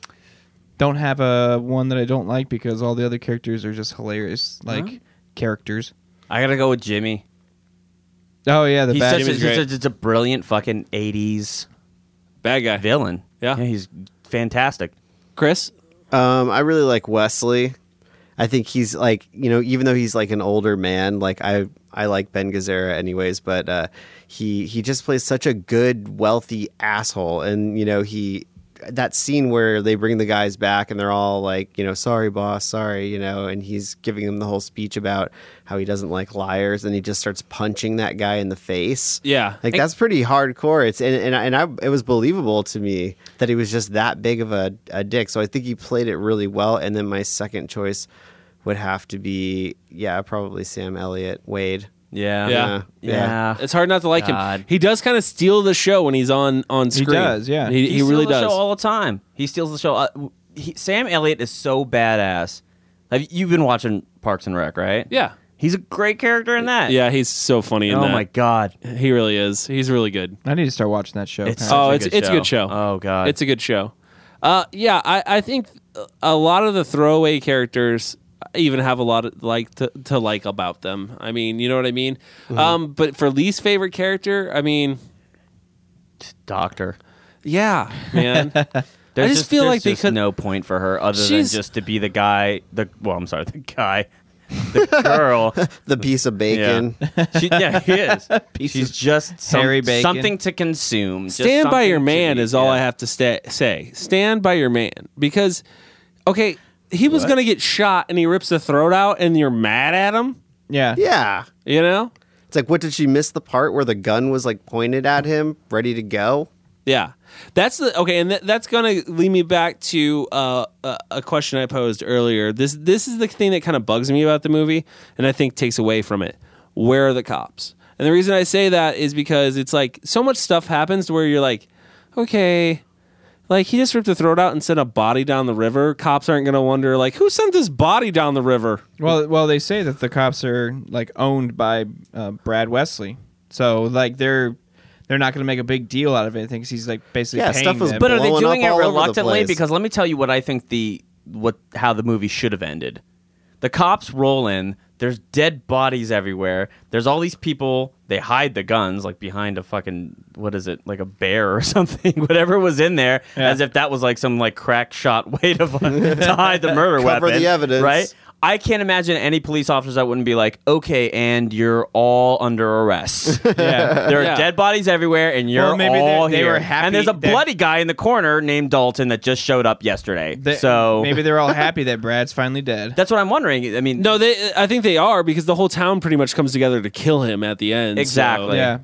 Don't have a one that I don't like because all the other characters are just hilarious, like characters.
I gotta go with Jimmy.
Oh yeah, the
He's
bad.
such a,
Jimmy's
he's
great.
such- such a brilliant fucking '80s
Bad guy.
villain.
Yeah.
he's fantastic.
Chris?
Um, I really like Wesley. I think he's like you know, even though he's like an older man, like I I like Ben Gazzara anyways, but uh, he he just plays such a good wealthy asshole, and you know he that scene where they bring the guys back and they're all like you know sorry boss sorry you know and he's giving them the whole speech about how he doesn't like liars and he just starts punching that guy in the face
Yeah.
like that's pretty hardcore. It's and and, I- and I, it was believable to me that he was just that big of a, a dick. So I think he played it really well. And then my second choice would have to be yeah, probably Sam Elliott, Wade.
Yeah.
Yeah.
Uh,
Yeah.
It's hard not to like
Ah, God.
him. He does kind of steal the show when he's on on screen.
does, yeah.
He, he,
steals
really
the
does.
Show all the time. He steals the show. Uh, w- he, Sam Elliott is so badass. Have you've been watching Parks and Rec, right?
yeah.
He's a great character in that.
Yeah, he's so funny in
Oh
that.
my god.
He really is. He's really good.
I need to start watching that show.
It's
apparently.
Oh,
such a
it's
good
it's a good
show.
show.
Oh, God.
it's a good show. Uh, yeah, I, I think a lot of the throwaway characters even have a lot of like to, to like about them. I mean, you know what I mean.
Mm-hmm.
Um, but for least favorite character, I mean,
Doctor.
yeah, man,
There's
just feel
there's
like they
just
could-
no point for her other
She's-
than just to be the guy. The well, I'm sorry, the guy, the girl.
The piece of bacon.
she, yeah, he is. She's just some,
hairy bacon.
something to consume. just
stand by
something
your
to
man
be-
is all
yeah.
I have to sta say. Stand by your man because okay, he was gonna get shot and he rips the throat out and you're mad at him.
yeah.
Yeah.
You know?
It's like, what did she miss the part where the gun was like pointed at him, ready to go?
Yeah, that's the okay, and th- that's gonna lead me back to uh, a, a question I posed earlier. This this is the thing that kind of bugs me about the movie, and I think takes away from it. Where are the cops? And the reason I say that is because it's like so much stuff happens to where you're like, okay, like he just ripped the throat out and sent a body down the river. Cops aren't gonna wonder like who sent this body down the river.
Well, well, they say that the cops are like owned by uh, Brad Wesley, so like they're they're not going to make a big deal out of anything 'cause he's like basically
Yeah,
paying
stuff was
them.
But are they
blowing
doing
up
it
all over the
reluctantly?
place.
Because let me tell you what I think the what how the movie should have ended. The cops roll in. There's dead bodies everywhere. There's all these people. They hide the guns like behind a fucking what is it? Like a bear or something. Whatever was in there, as if that was like some like crack shot way to, to hide the murder
Cover
weapon.
the evidence.
right? I can't imagine any police officers that wouldn't be like, okay, and you're all under arrest.
yeah,
There are
Yeah.
dead bodies everywhere, and you're
Well, maybe they-
all
they
here.
were happy
and there's a
that-
bloody guy in the corner named Dalton that just showed up yesterday.
They-
so
maybe they're all happy that Brad's finally dead.
that's what I'm wondering. I mean,
No, they. I think they are because the whole town pretty much comes together to kill him at the end. so-
Exactly.
yeah,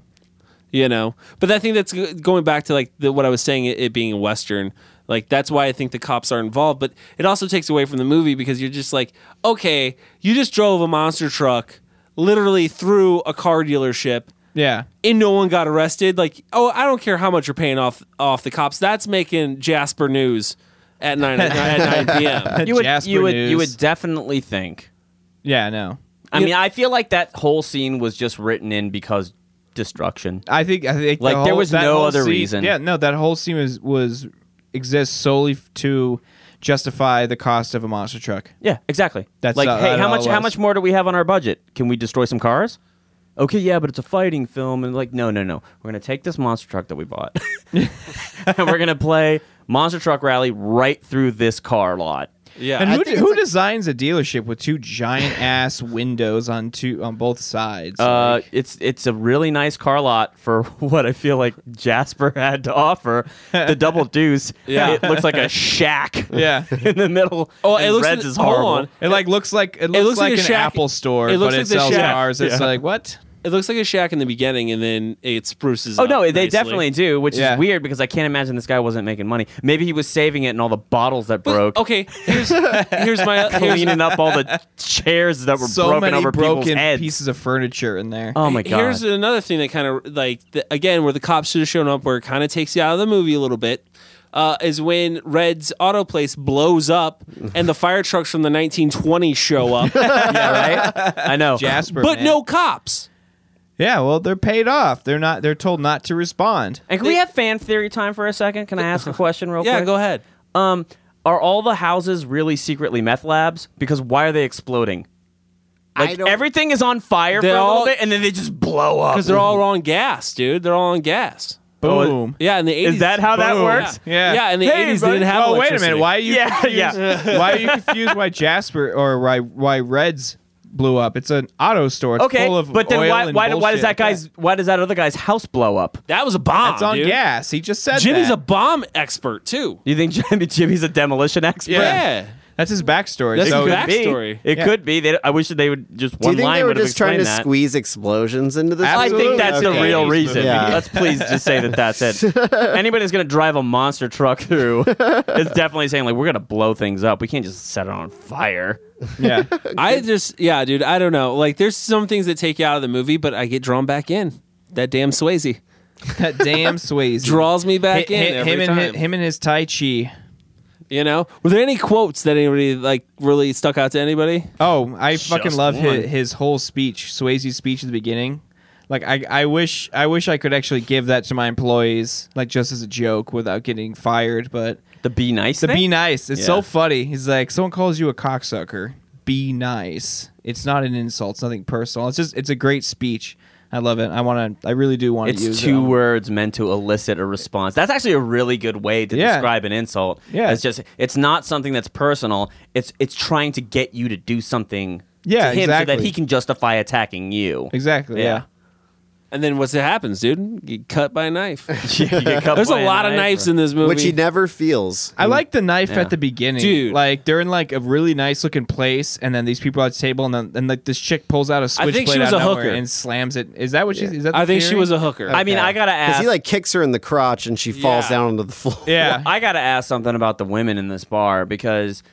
you know but i think that's g- going back to like the, what i was saying it, it being a western like that's why i think the cops are involved but it also takes away from the movie because you're just like okay you just drove a monster truck literally through a car dealership
yeah,
and no one got arrested like oh i don't care how much you're paying off off the cops that's making jasper news at 9 at 9 p.m
you would
Jasper
you would
News.
you would definitely think.
yeah. No,
I mean, I feel like that whole scene was just written in because destruction.
I think I think the
Like, there
whole-
was
that
no
whole
other
scene-
reason.
Yeah, no, that whole scene was was exists solely f- to justify the cost of a monster truck.
Yeah, exactly.
That's uh,
like,
all-
hey,
that
how
all
much how
was.
much more do we have on our budget? Can we destroy some cars? Okay, yeah, but it's a fighting film, and like, no, no, no. We're gonna take this monster truck that we bought, and we're gonna play monster truck rally right through this car lot.
yeah
And
I-
who,
think
who
it's like-
designs a dealership with two giant ass windows on two on both sides?
Uh,
Like,
it's it's a really nice car lot for what I feel like Jasper had to offer. The double deuce,
Yeah.
it looks like a shack
yeah.
in the middle.
Oh,
and
it looks
Reds
like-
is
hold
horrible.
on.
It like looks like it looks,
looks
like,
like a
an
shack-
Apple store,
it looks
but
like
it
the
sells
shack-
cars. It's
yeah.
like what?
it looks like a shack in the beginning, and then it spruces.
Oh
up
no, they
nicely.
definitely do, which
Yeah.
is weird because I can't imagine this guy wasn't making money. Maybe he was saving it in all the bottles that broke.
But, okay, here's here's my here's,
Cleaning up all the chairs that were
so
broken
many
over people's
broken
heads.
pieces of furniture in there.
oh my god!
Here's another thing that kind of like the, again where the cops should have shown up, where it kind of takes you out of the movie a little bit, uh, is when Red's auto place blows up and the fire trucks from the 1920s show up,
yeah, right? I know.
Jasper,
but
man.
no cops.
Yeah, well, they're paid off. They're not. They're told not to respond.
And can we have fan theory time for a second? Can I ask a question real
Yeah,
quick?
go ahead.
Um, are all the houses really secretly meth labs? Because why are they exploding? Like
I don't-
everything is on fire
They're
for a
all-
little bit, and then they just blow up.
Because they're all on gas, dude. They're all on gas. Oh,
Boom.
Yeah, in the 80s.
Is that how that
Boom.
works?
Yeah,
Yeah.
yeah in the
Hey,
80s,
bud.
they didn't have
Oh wait a minute!
electricity.
Why are you?
Yeah, yeah.
why are you confused? Why Jasper or why why Reds blew up? It's an auto store. It's
Okay,
full of
but then
oil
why,
and
why, why does
bullshit.
that guy's why does that other guy's house blow up?
That was a bomb.
It's on
dude.
gas. He just said
Jimmy's a
that.
bomb expert, too.
You think Jimmy Jimmy's a demolition expert?
Yeah.
Yeah.
That's his backstory.
That's
so
his
Could be.
Backstory.
It
Yeah.
could be. They, I wish that they would just
Do
one
you think
line
they were
would have
just trying to
explained that.
squeeze explosions into this?
I
Absolutely.
think that's
Okay.
the real
Yeah.
reason.
Yeah.
Let's please just say that that's it. Anybody's going to drive a monster truck through is definitely saying like we're going to blow things up. We can't just set it on fire.
yeah.
I just, yeah, dude, I don't know. Like, there's some things that take you out of the movie, but I get drawn back in. That damn Swayze
that damn Swayze
draws me back
Hi- hi-
in every
him
time.
and hi- him and his Tai Chi.
You know, were there any quotes that anybody like really stuck out to anybody?
Oh, I fucking love
one.
his, his whole speech, Swayze's speech at the beginning. Like I, I wish I wish I could actually give that to my employees, like just as a joke without getting fired. But
The be nice.
to
thing?
be nice, it's so
Yeah.
funny. He's like, someone calls you a cocksucker, be nice. It's not an insult. It's nothing personal. It's just it's a great speech. I love it. I want to. I really do want to
It's
use
two
it.
words meant to elicit a response. That's actually a really good way to
Yeah.
describe an insult.
Yeah.
it's just it's not something that's personal. It's it's trying to get you to do something.
Yeah,
to him so that
exactly.
he can justify attacking you.
Exactly. Yeah.
And then what's that happens, dude? You get cut by a knife.
You get cut
There's
by
a lot of
knife
knives
or-
in this movie.
Which he never feels.
I like the knife at the beginning,
Mm. Dude.
Like they're in like a really nice looking place, and then these people are at the table, and then and like this chick pulls out a
I
switchblade
think she was
out of
a
nowhere
hooker.
and slams it. Is that what she? Is that? The
I think she
theory?
was a hooker.
I mean,
Okay.
I gotta ask.
Because he like kicks her in the crotch and she falls
Yeah.
down onto the floor.
Yeah.
I gotta ask something about the women in this bar because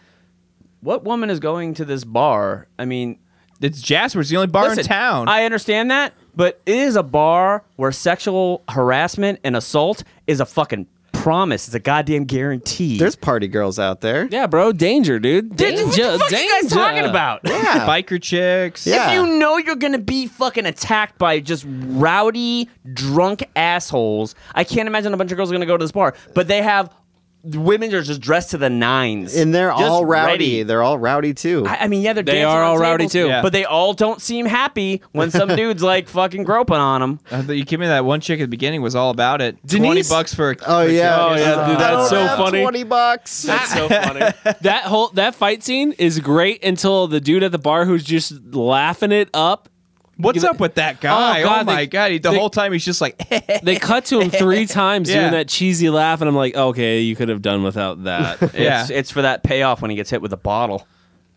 what woman is going to this bar? I mean,
it's Jasper's the only bar in
listen,
town.
I understand that, but it is a bar where sexual harassment and assault is a fucking promise. It's a goddamn guarantee.
There's party girls out there.
yeah, bro, danger, dude. Danger,
Dude, what the fuck are you guys
danger.
talking about?
Yeah.
Biker chicks.
Yeah.
If you know you're gonna be fucking attacked by just rowdy, drunk assholes, I can't imagine a bunch of girls are gonna go to this bar. But they have women are just dressed to the nines,
And they're
Just
all rowdy.
ready.
They're all rowdy too.
I, I mean, yeah, they're
They
dancing
are
on
all rowdy
tables,
too.
Yeah.
but they all don't seem happy when some dude's like fucking groping on them.
I thought Uh, you give me that one chick at the beginning was all about it. Twenty
Denise-
bucks for. a-
oh
for a
yeah.
Oh, yeah, dude, that's
Don't
so
have
funny.
Twenty bucks.
That's so funny. that whole that fight scene is great until the dude at the bar who's just laughing it up.
chick. What's up with that
Oh,
guy? Oh,
God,
my
they-
god! He, the
they-
whole time he's just like.
They cut to him three times
Yeah.
doing that cheesy laugh, and I'm like, okay, you could have done without that.
yeah.
It's, it's for that payoff when he gets hit with a bottle.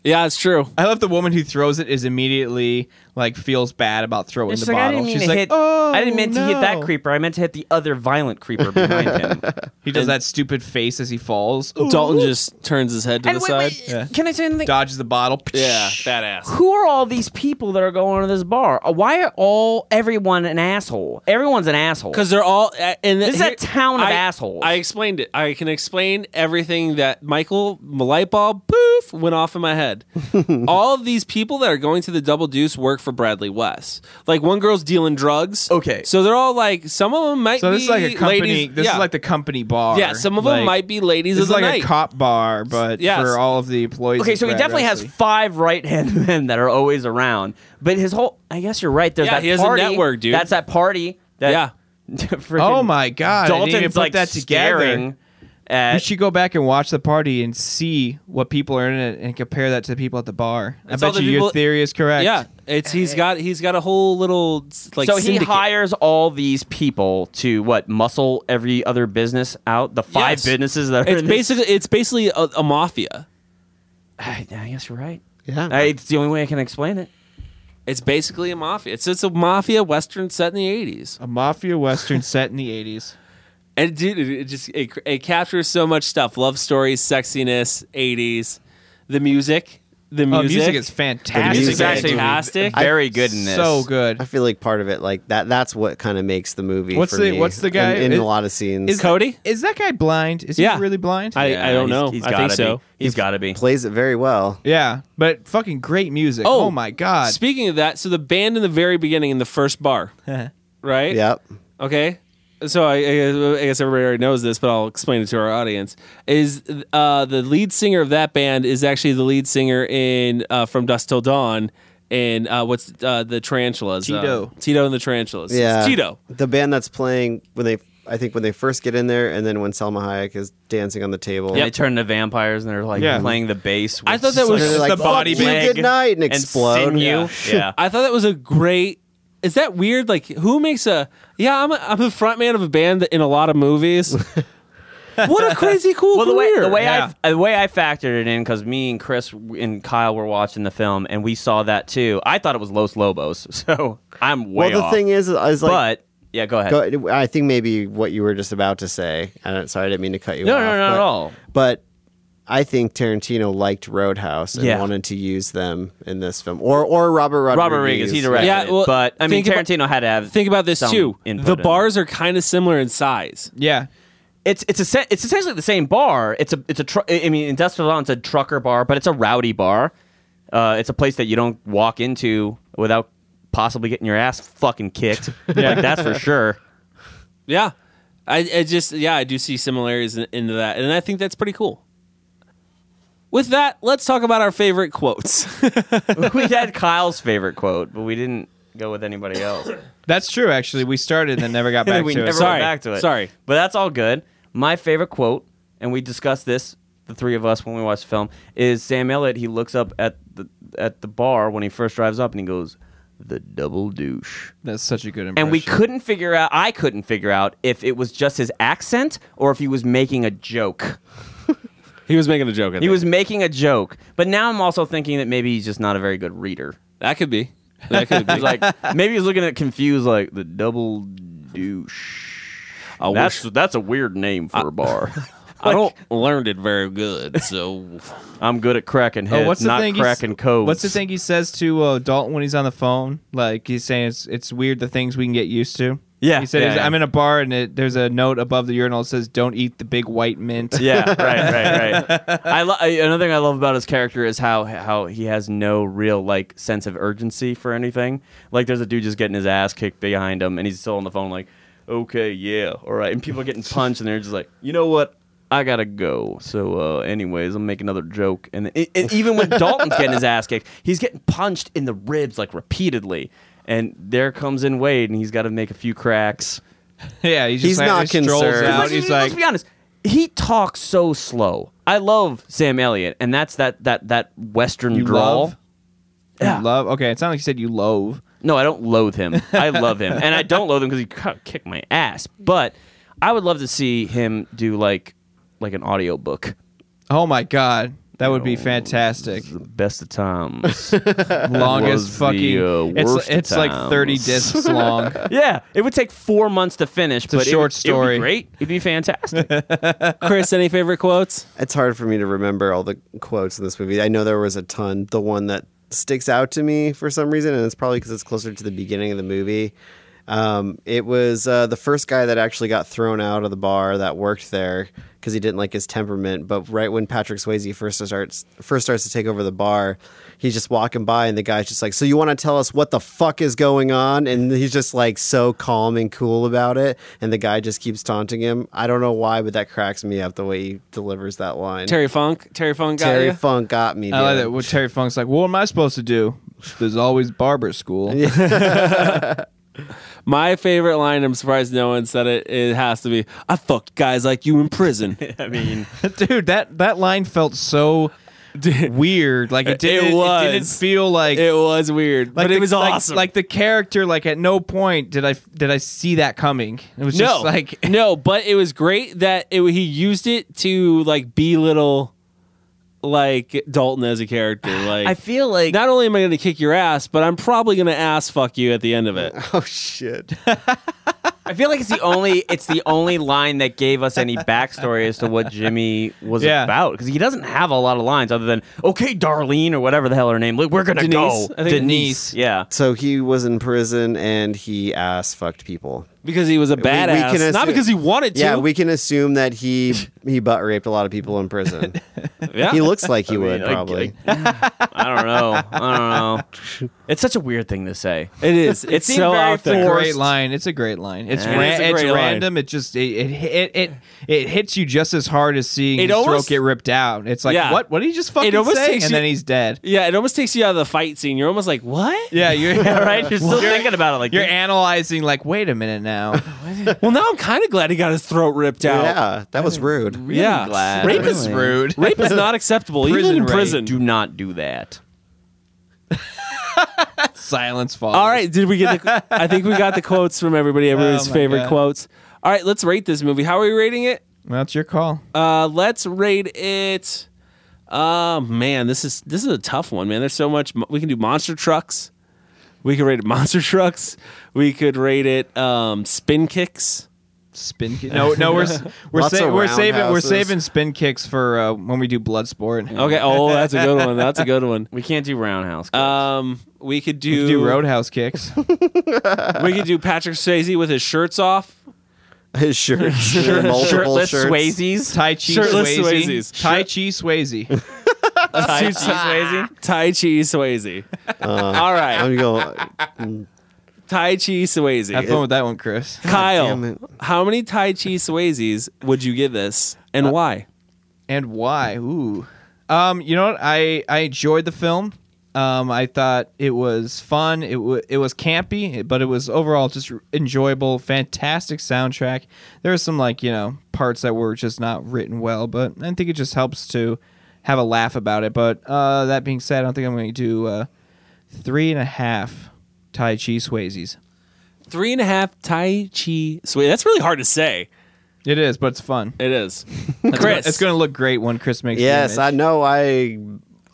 yeah, it's true.
I love the woman who throws it is immediately like feels bad about throwing
She's
the
like, I
bottle.
didn't mean
She's
to
like,
hit.
oh,
I didn't mean to hit that
no."
creeper. I meant to hit the other violent creeper behind him.
He does that stupid face as he falls.
Dalton just turns his head to
and
the
wait,
side.
wait, can I say anything?
dodges the bottle.
Yeah, badass.
who are all these people that are going to this bar? Uh, Why are all everyone an asshole? Everyone's an asshole.
Because they're all uh, and
This is a town of
I-
assholes.
I explained it. I can explain everything that Michael the light bulb poof went off in my head. all of these people that are going to the Double Deuce work for Bradley West. Like one girl's dealing drugs.
Okay.
so they're all like some of them might.
So this is like a
be
company.
Ladies,
this
yeah.
is like the company bar.
yeah. Some of them
Like,
might be ladies
This
of
is
the
like
night.
a cop bar, but
Yes.
for all of the employees.
okay,
of
so he
Brad
definitely has
Wesley.
five right hand men that are always around. But his whole, I guess you're right. There's
Yeah,
that
he has a
party.
network, dude.
That's that party. That
yeah.
freaking
Oh my god! I didn't even
Dalton's
put
like
that together.
staring at.
You should go back and watch the party and see what people are in it and compare that to the people at the bar.
It's
I
all
bet
the
you
people-
your theory is correct.
Yeah, it's he's got he's got a whole little like
so
syndicate.
he hires all these people to what muscle every other business out the five
Yes.
businesses that are
It's
in this-
basically it's basically a, a mafia.
I, I guess you're right.
Yeah.
I, it's the only way I can explain it.
It's basically a mafia. It's it's a mafia western set in the eighties,
A mafia western set in the '80s.
and dude, it, it just it, it captures so much stuff: love stories, sexiness, eighties, the music, the
Oh,
music,
music is
The
fantastic.
music
He's
Music
actually
fantastic.
very good in this.
So good.
I feel like part of it, like that, that's what kind of makes the movie.
What's
for
the-
me
what's the guy-
in, in
is-
a lot of scenes?
is-
Cody.
Is that guy blind? Is
Yeah.
he really blind?
I, I don't
he's-
know.
He's
Oh, I
gotta
think
be.
so.
He's got to be.
plays it very well.
yeah, but fucking great music.
Oh,
Oh, my god.
Speaking of that, so the band in the very beginning in the first bar, right?
Yep.
Okay. So I, I guess everybody already knows this, but I'll explain it to our audience. Is uh, the lead singer of that band is actually the lead singer in uh, from Dust Till Dawn and uh, what's uh, the Tarantulas? uh,
Tito.
Tito and the Tarantulas. It's
Yeah.
Tito.
The band that's playing when they, I think when they first get in there, and then when Selma Hayek is dancing on the table.
And they turn to vampires and they're like
Yeah.
playing the bass. With
I thought that
such
was
They're
just
like,
the body
"Fuck you,
bag
good night," and explode.
And sinew. Yeah.
I thought that was a great. Is that weird? Like, who makes a? Yeah, I'm a, I'm a front man of a band that in a lot of movies. what a crazy cool
Well, the way
career.
the way
Yeah.
I the way I factored it in because me and Chris and Kyle were watching the film and we saw that too. I thought it was Los Lobos, so I'm way
Well, the
off.
thing is, is like.
but yeah, go ahead.
Go, I think maybe what you were just about to say. I don't, sorry, I didn't mean to cut you
no,
off.
no, no, not
but,
at all.
But I think Tarantino liked Roadhouse and
Yeah.
wanted to use them in this film, or or Robert Rodriguez.
Robert Rodriguez, he directed.
Yeah,
it,
well,
but I mean,
think about-
Tarantino had to have.
Think about this
some
too.
input
The
in it.
bars are kind of similar in size.
yeah.
It's it's a se- it's essentially the same bar. It's a it's a tru- I mean, Industrial Dawn's a trucker bar, but it's a rowdy bar. Uh, it's a place that you don't walk into without possibly getting your ass fucking kicked. like that's for sure.
Yeah, I, I just yeah I do see similarities in, into that, and I think that's pretty cool. With that, let's talk about our favorite quotes.
we had Kyle's favorite quote, but we didn't go with anybody else.
That's true actually. We started and then never got back
we
to
never
it.
Sorry.
went back to it.
Sorry.
But that's all good. My favorite quote, and we discussed this, the three of us when we watched the film, is Sam Elliott. He looks up at the at the bar when he first drives up, and he goes, "The double douche."
That's such a good impression.
And we couldn't figure out. I couldn't figure out if it was just his accent or if he was making a joke.
he was making a joke. I
He
think.
was making a joke, but now I'm also thinking that maybe he's just not a very good reader.
that could be that could be
He's like maybe he's looking at confused, like the double douche.
I
That's
wish-
that's a weird name for a bar.
I don't learned it very good, so
I'm good at cracking heads,
Oh, what's the
not
thing? he s-
cracking codes.
What's the thing he says to uh, Dalton when he's on the phone? Like he's saying, it's it's weird the things we can get used to.
Yeah,
he said,
yeah, yeah.
"I'm in a bar and it, there's a note above the urinal that says, don't eat the big white mint.'
Yeah, right, right, right. I lo- I- another thing I love about his character is how how he has no real like sense of urgency for anything. Like there's a dude just getting his ass kicked behind him, and he's still on the phone like, okay, yeah, all right. And people are getting punched, and they're just like, you know what? I gotta go. So, uh, anyways, I'll make another joke. And it, it- even when Dalton's getting his ass kicked, he's getting punched in the ribs like repeatedly. And there comes in Wade, and he's got to make a few cracks.
yeah, he's just
He's
like,
not
he strolls
concerned.
out.
Like,
He's
let's
like,
be honest. He talks so slow. I love Sam Elliott, and that's that that that Western
You
drawl.
love?
Yeah.
love. Okay, it sounded like you said you loathe.
No, I don't loathe him. I love him, and I don't loathe him because he kind of kicked my ass. But I would love to see him do like like an audiobook.
Oh my god, that would be fantastic.
The best of times.
Longest
was the,
fucking.
uh, worst
it's
of
it's like 30
times.
discs long.
yeah, it would take four months to finish. It's
a
but it
short
would- It would
story.
be great. It'd be fantastic.
Chris, any favorite quotes?
It's hard for me to remember all the quotes in this movie. I know there was a ton. The one that sticks out to me for some reason, and it's probably because it's closer to the beginning of the movie. Um, it was uh, the first guy that actually got thrown out of the bar that worked there because he didn't like his temperament. But right when Patrick Swayze first starts first starts to take over the bar, he's just walking by, and the guy's just like, "So you want to tell us what the fuck is going on?" And he's just like so calm and cool about it, and the guy just keeps taunting him. I don't know why, but that cracks me up the way he delivers that line.
Terry Funk. Terry Funk. Got
Terry
ya?
Funk got me.
I like
dude.
that. Well, Terry Funk's like, what am I supposed to do? There's always barber school.
My favorite line. I'm surprised no one said it. It has to be. I fucked guys like you in prison.
I mean,
dude that that line felt so weird like it didn't
It
it,
was.
didn't feel like
it was weird,
like
but
the,
it was
like-
awesome.
Like, the character, like at no point did I did I see that coming. It was
no,
just like
no, but it was great that it, he used it to like belittle like Dalton as a character. Like
I feel like
not only am I going to kick your ass, but I'm probably going to ass fuck you at the end of it.
Oh shit.
I feel like it's the only it's the only line that gave us any backstory as to what Jimmy was
Yeah.
about because he doesn't have a lot of lines other than "Okay, Darlene" or whatever the hell her name. Look, we're gonna go,
Denise? I think
Denise.
Denise.
Yeah,
So he was in prison and he ass fucked people.
Because he was a badass,
can assume-
not because he wanted to.
Yeah, we can assume that he he butt raped a lot of people in prison.
Yeah.
He looks like he would
I-
probably.
I don't know. I don't know. It's such a weird thing to say.
It is.
It
It's
seemed
so
very
out
It's a
there.
great line. It's a great line. It's,
Yeah.
ra-
It's
it's,
a great line.
random. It just it it, it it it hits you just as hard as seeing
It
his
almost-
throat get ripped out. It's like
Yeah.
what? What did he just fucking
almost
say? And
takes you-
then he's dead.
Yeah, it almost takes you out of the fight scene. You're almost like, what?
Yeah, you're
Right? You're still thinking about it like
You're analyzing like, wait a minute now.
Well, now I'm kind of glad he got his throat ripped out.
Yeah, that was rude.
yeah.
glad.
Rape is
Really?
rude.
rape is not acceptable, even
Prison
in
rape.
prison.
do not do that.
Silence falls.
All right, did we get? The, I think we got the quotes from everybody. Everybody's
Oh my
favorite
God.
quotes. All right, let's rate this movie. How are we rating it?
well, it's your call.
Uh, let's rate it. Uh, man, this is this is a tough one, man. There's so much we can do. Monster trucks. We could rate it monster trucks. We could rate it um, spin kicks.
Spin. Kick. No, no, we're s- we're,
Lots
sa-
of
we're saving we're
roundhouses.
saving spin kicks for uh, when we do Bloodsport.
Okay. Oh, that's a good one. That's a good one.
We can't do roundhouse.
Um, we could do
Do Roadhouse kicks.
we could do Patrick Swayze with his shirts off.
His shirt, multiple
Shirtless
shirts.
Swayzes.
Tai Chi
Shirtless
Swayze.
Swayzes.
Tai Chi Swayze.
Tai Chi Swayze. Tai Chi Swayze.
Uh,
All right.
I'm going.
Tai Chi Swayze.
Have fun with that one, Chris.
damn
Kyle,
it.
how many Tai Chi Swayzes would you give this,
Uh,
and why?
and why? Ooh, um, you know what? I I enjoyed the film. Um, I thought it was fun. It wa it was campy, but it was overall just enjoyable. Fantastic soundtrack. There were some like you know parts that were just not written well, but I think it just helps to have a laugh about it. But uh, that being said, I don't think I'm going to do uh, three and a half Tai Chi Swayzes.
Three and a half Tai Chi Swayze. That's really hard to say.
It is, but it's fun.
It is.
That's gonna-
Chris.
it's going to look great when Chris makes. the
Yes,
image.
I know. I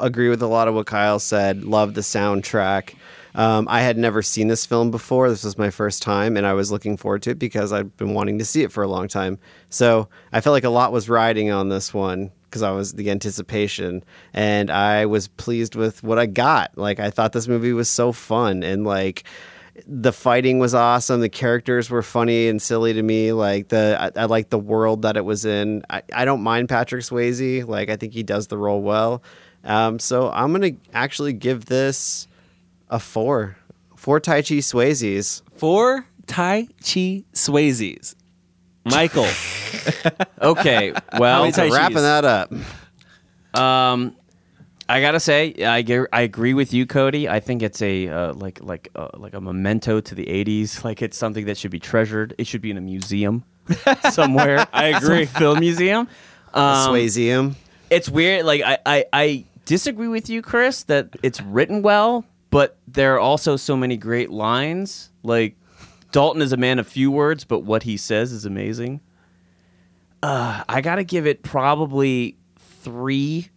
agree with a lot of what Kyle said. Love the soundtrack. Um, I had never seen this film before. This was my first time, and I was looking forward to it because I'd been wanting to see it for a long time. So I felt like a lot was riding on this one because I was the anticipation, and I was pleased with what I got. Like I thought this movie was so fun, and like the fighting was awesome. The characters were funny and silly to me. Like the I, I like the world that it was in. I, I don't mind Patrick Swayze. Like I think he does the role well. Um, so I'm gonna actually give this a four. Four Tai Chi Swayzes.
Four Tai Chi Swayzes. Michael,
Okay,
How
well,
many Tai Chis?
Wrapping that up.
Um, I gotta say, I ge- I agree with you, Cody. I think it's a uh, like like uh, like a memento to the '80s. Like it's something that should be treasured. It should be in a museum somewhere. I agree, film museum. Um,
Swayzeum.
it's weird. Like I, I I disagree with you, Chris, that it's written well, but there are also so many great lines. Like Dalton is a man of few words, but what he says is amazing. Uh, I gotta give it probably three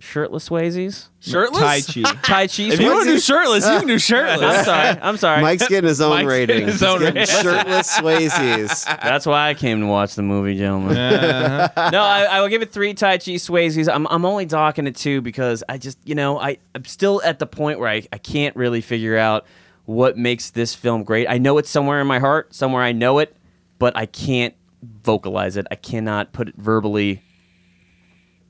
shirtless Swayzes.
shirtless.
Tai Chi.
Tai Chi.
If you want to do
Swayze?
shirtless, you can do
I'm
shirtless.
sorry. I'm sorry.
Mike's getting his own
Mike's getting
rating.
his own
He's getting Shirtless Swayzes.
That's why I came to watch the movie, gentlemen. no, I, I will give it three Tai Chi Swayzes. I'm, I'm only docking it two because I just, you know, I, I'm still at the point where I, I can't really figure out what makes this film great. I know it's somewhere in my heart, somewhere I know it, but I can't vocalize it. I cannot put it verbally.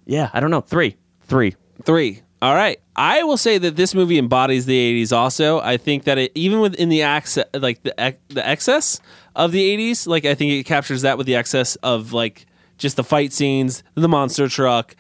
Yeah, I don't know. Three. Three.
Three. All right. I will say that this movie embodies the 80s also. I think that it even within the access like the ex- the excess of the 80s, like I think it captures that with the excess of like just the fight scenes, the monster truck,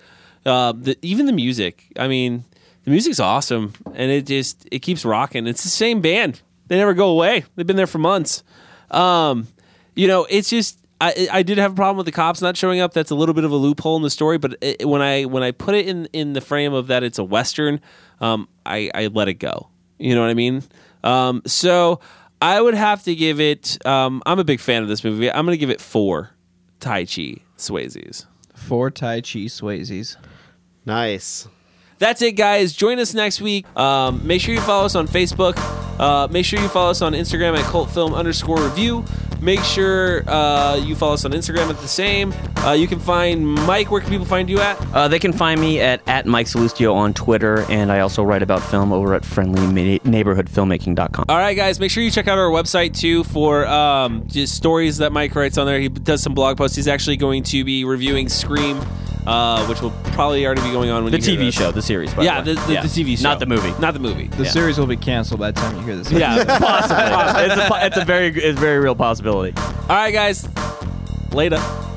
uh, the, even the music. I mean, the music's awesome and it just it keeps rocking. It's the same band. They never go away. They've been there for months. Um, you know, it's just I I did have a problem with the cops not showing up. That's a little bit of a loophole in the story, but it, when I when I put it in in the frame of that it's a western, um, I I let it go. You know what I mean? Um, so I would have to give it. Um, I'm a big fan of this movie. I'm going to give it four Tai Chi Swayzes.
Four Tai Chi Swayzes.
Nice.
That's it, guys. Join us next week. Um, make sure you follow us on Facebook. Uh, make sure you follow us on Instagram at cultfilm underscore review. Make sure uh, you follow us on Instagram at the same. Uh, you can find Mike. Where can people find you at?
Uh, they can find me at, at Mike Salustio on Twitter, and I also write about film over at friendlyneighborhoodfilmmaking.com.
All right, guys. Make sure you check out our website too for um, just stories that Mike writes on there. He does some blog posts. He's actually going to be reviewing Scream, uh, which will probably already be going on when
The
you hear
TV
this.
show, the series. By
Yeah,
the,
the,
way.
the, the TV show,
Not the movie.
not the movie.
The series will be canceled by the time you hear this.
yeah.
Possibly. it's, a, po- it's a very, it's a very real possibility.
All right, guys. Later.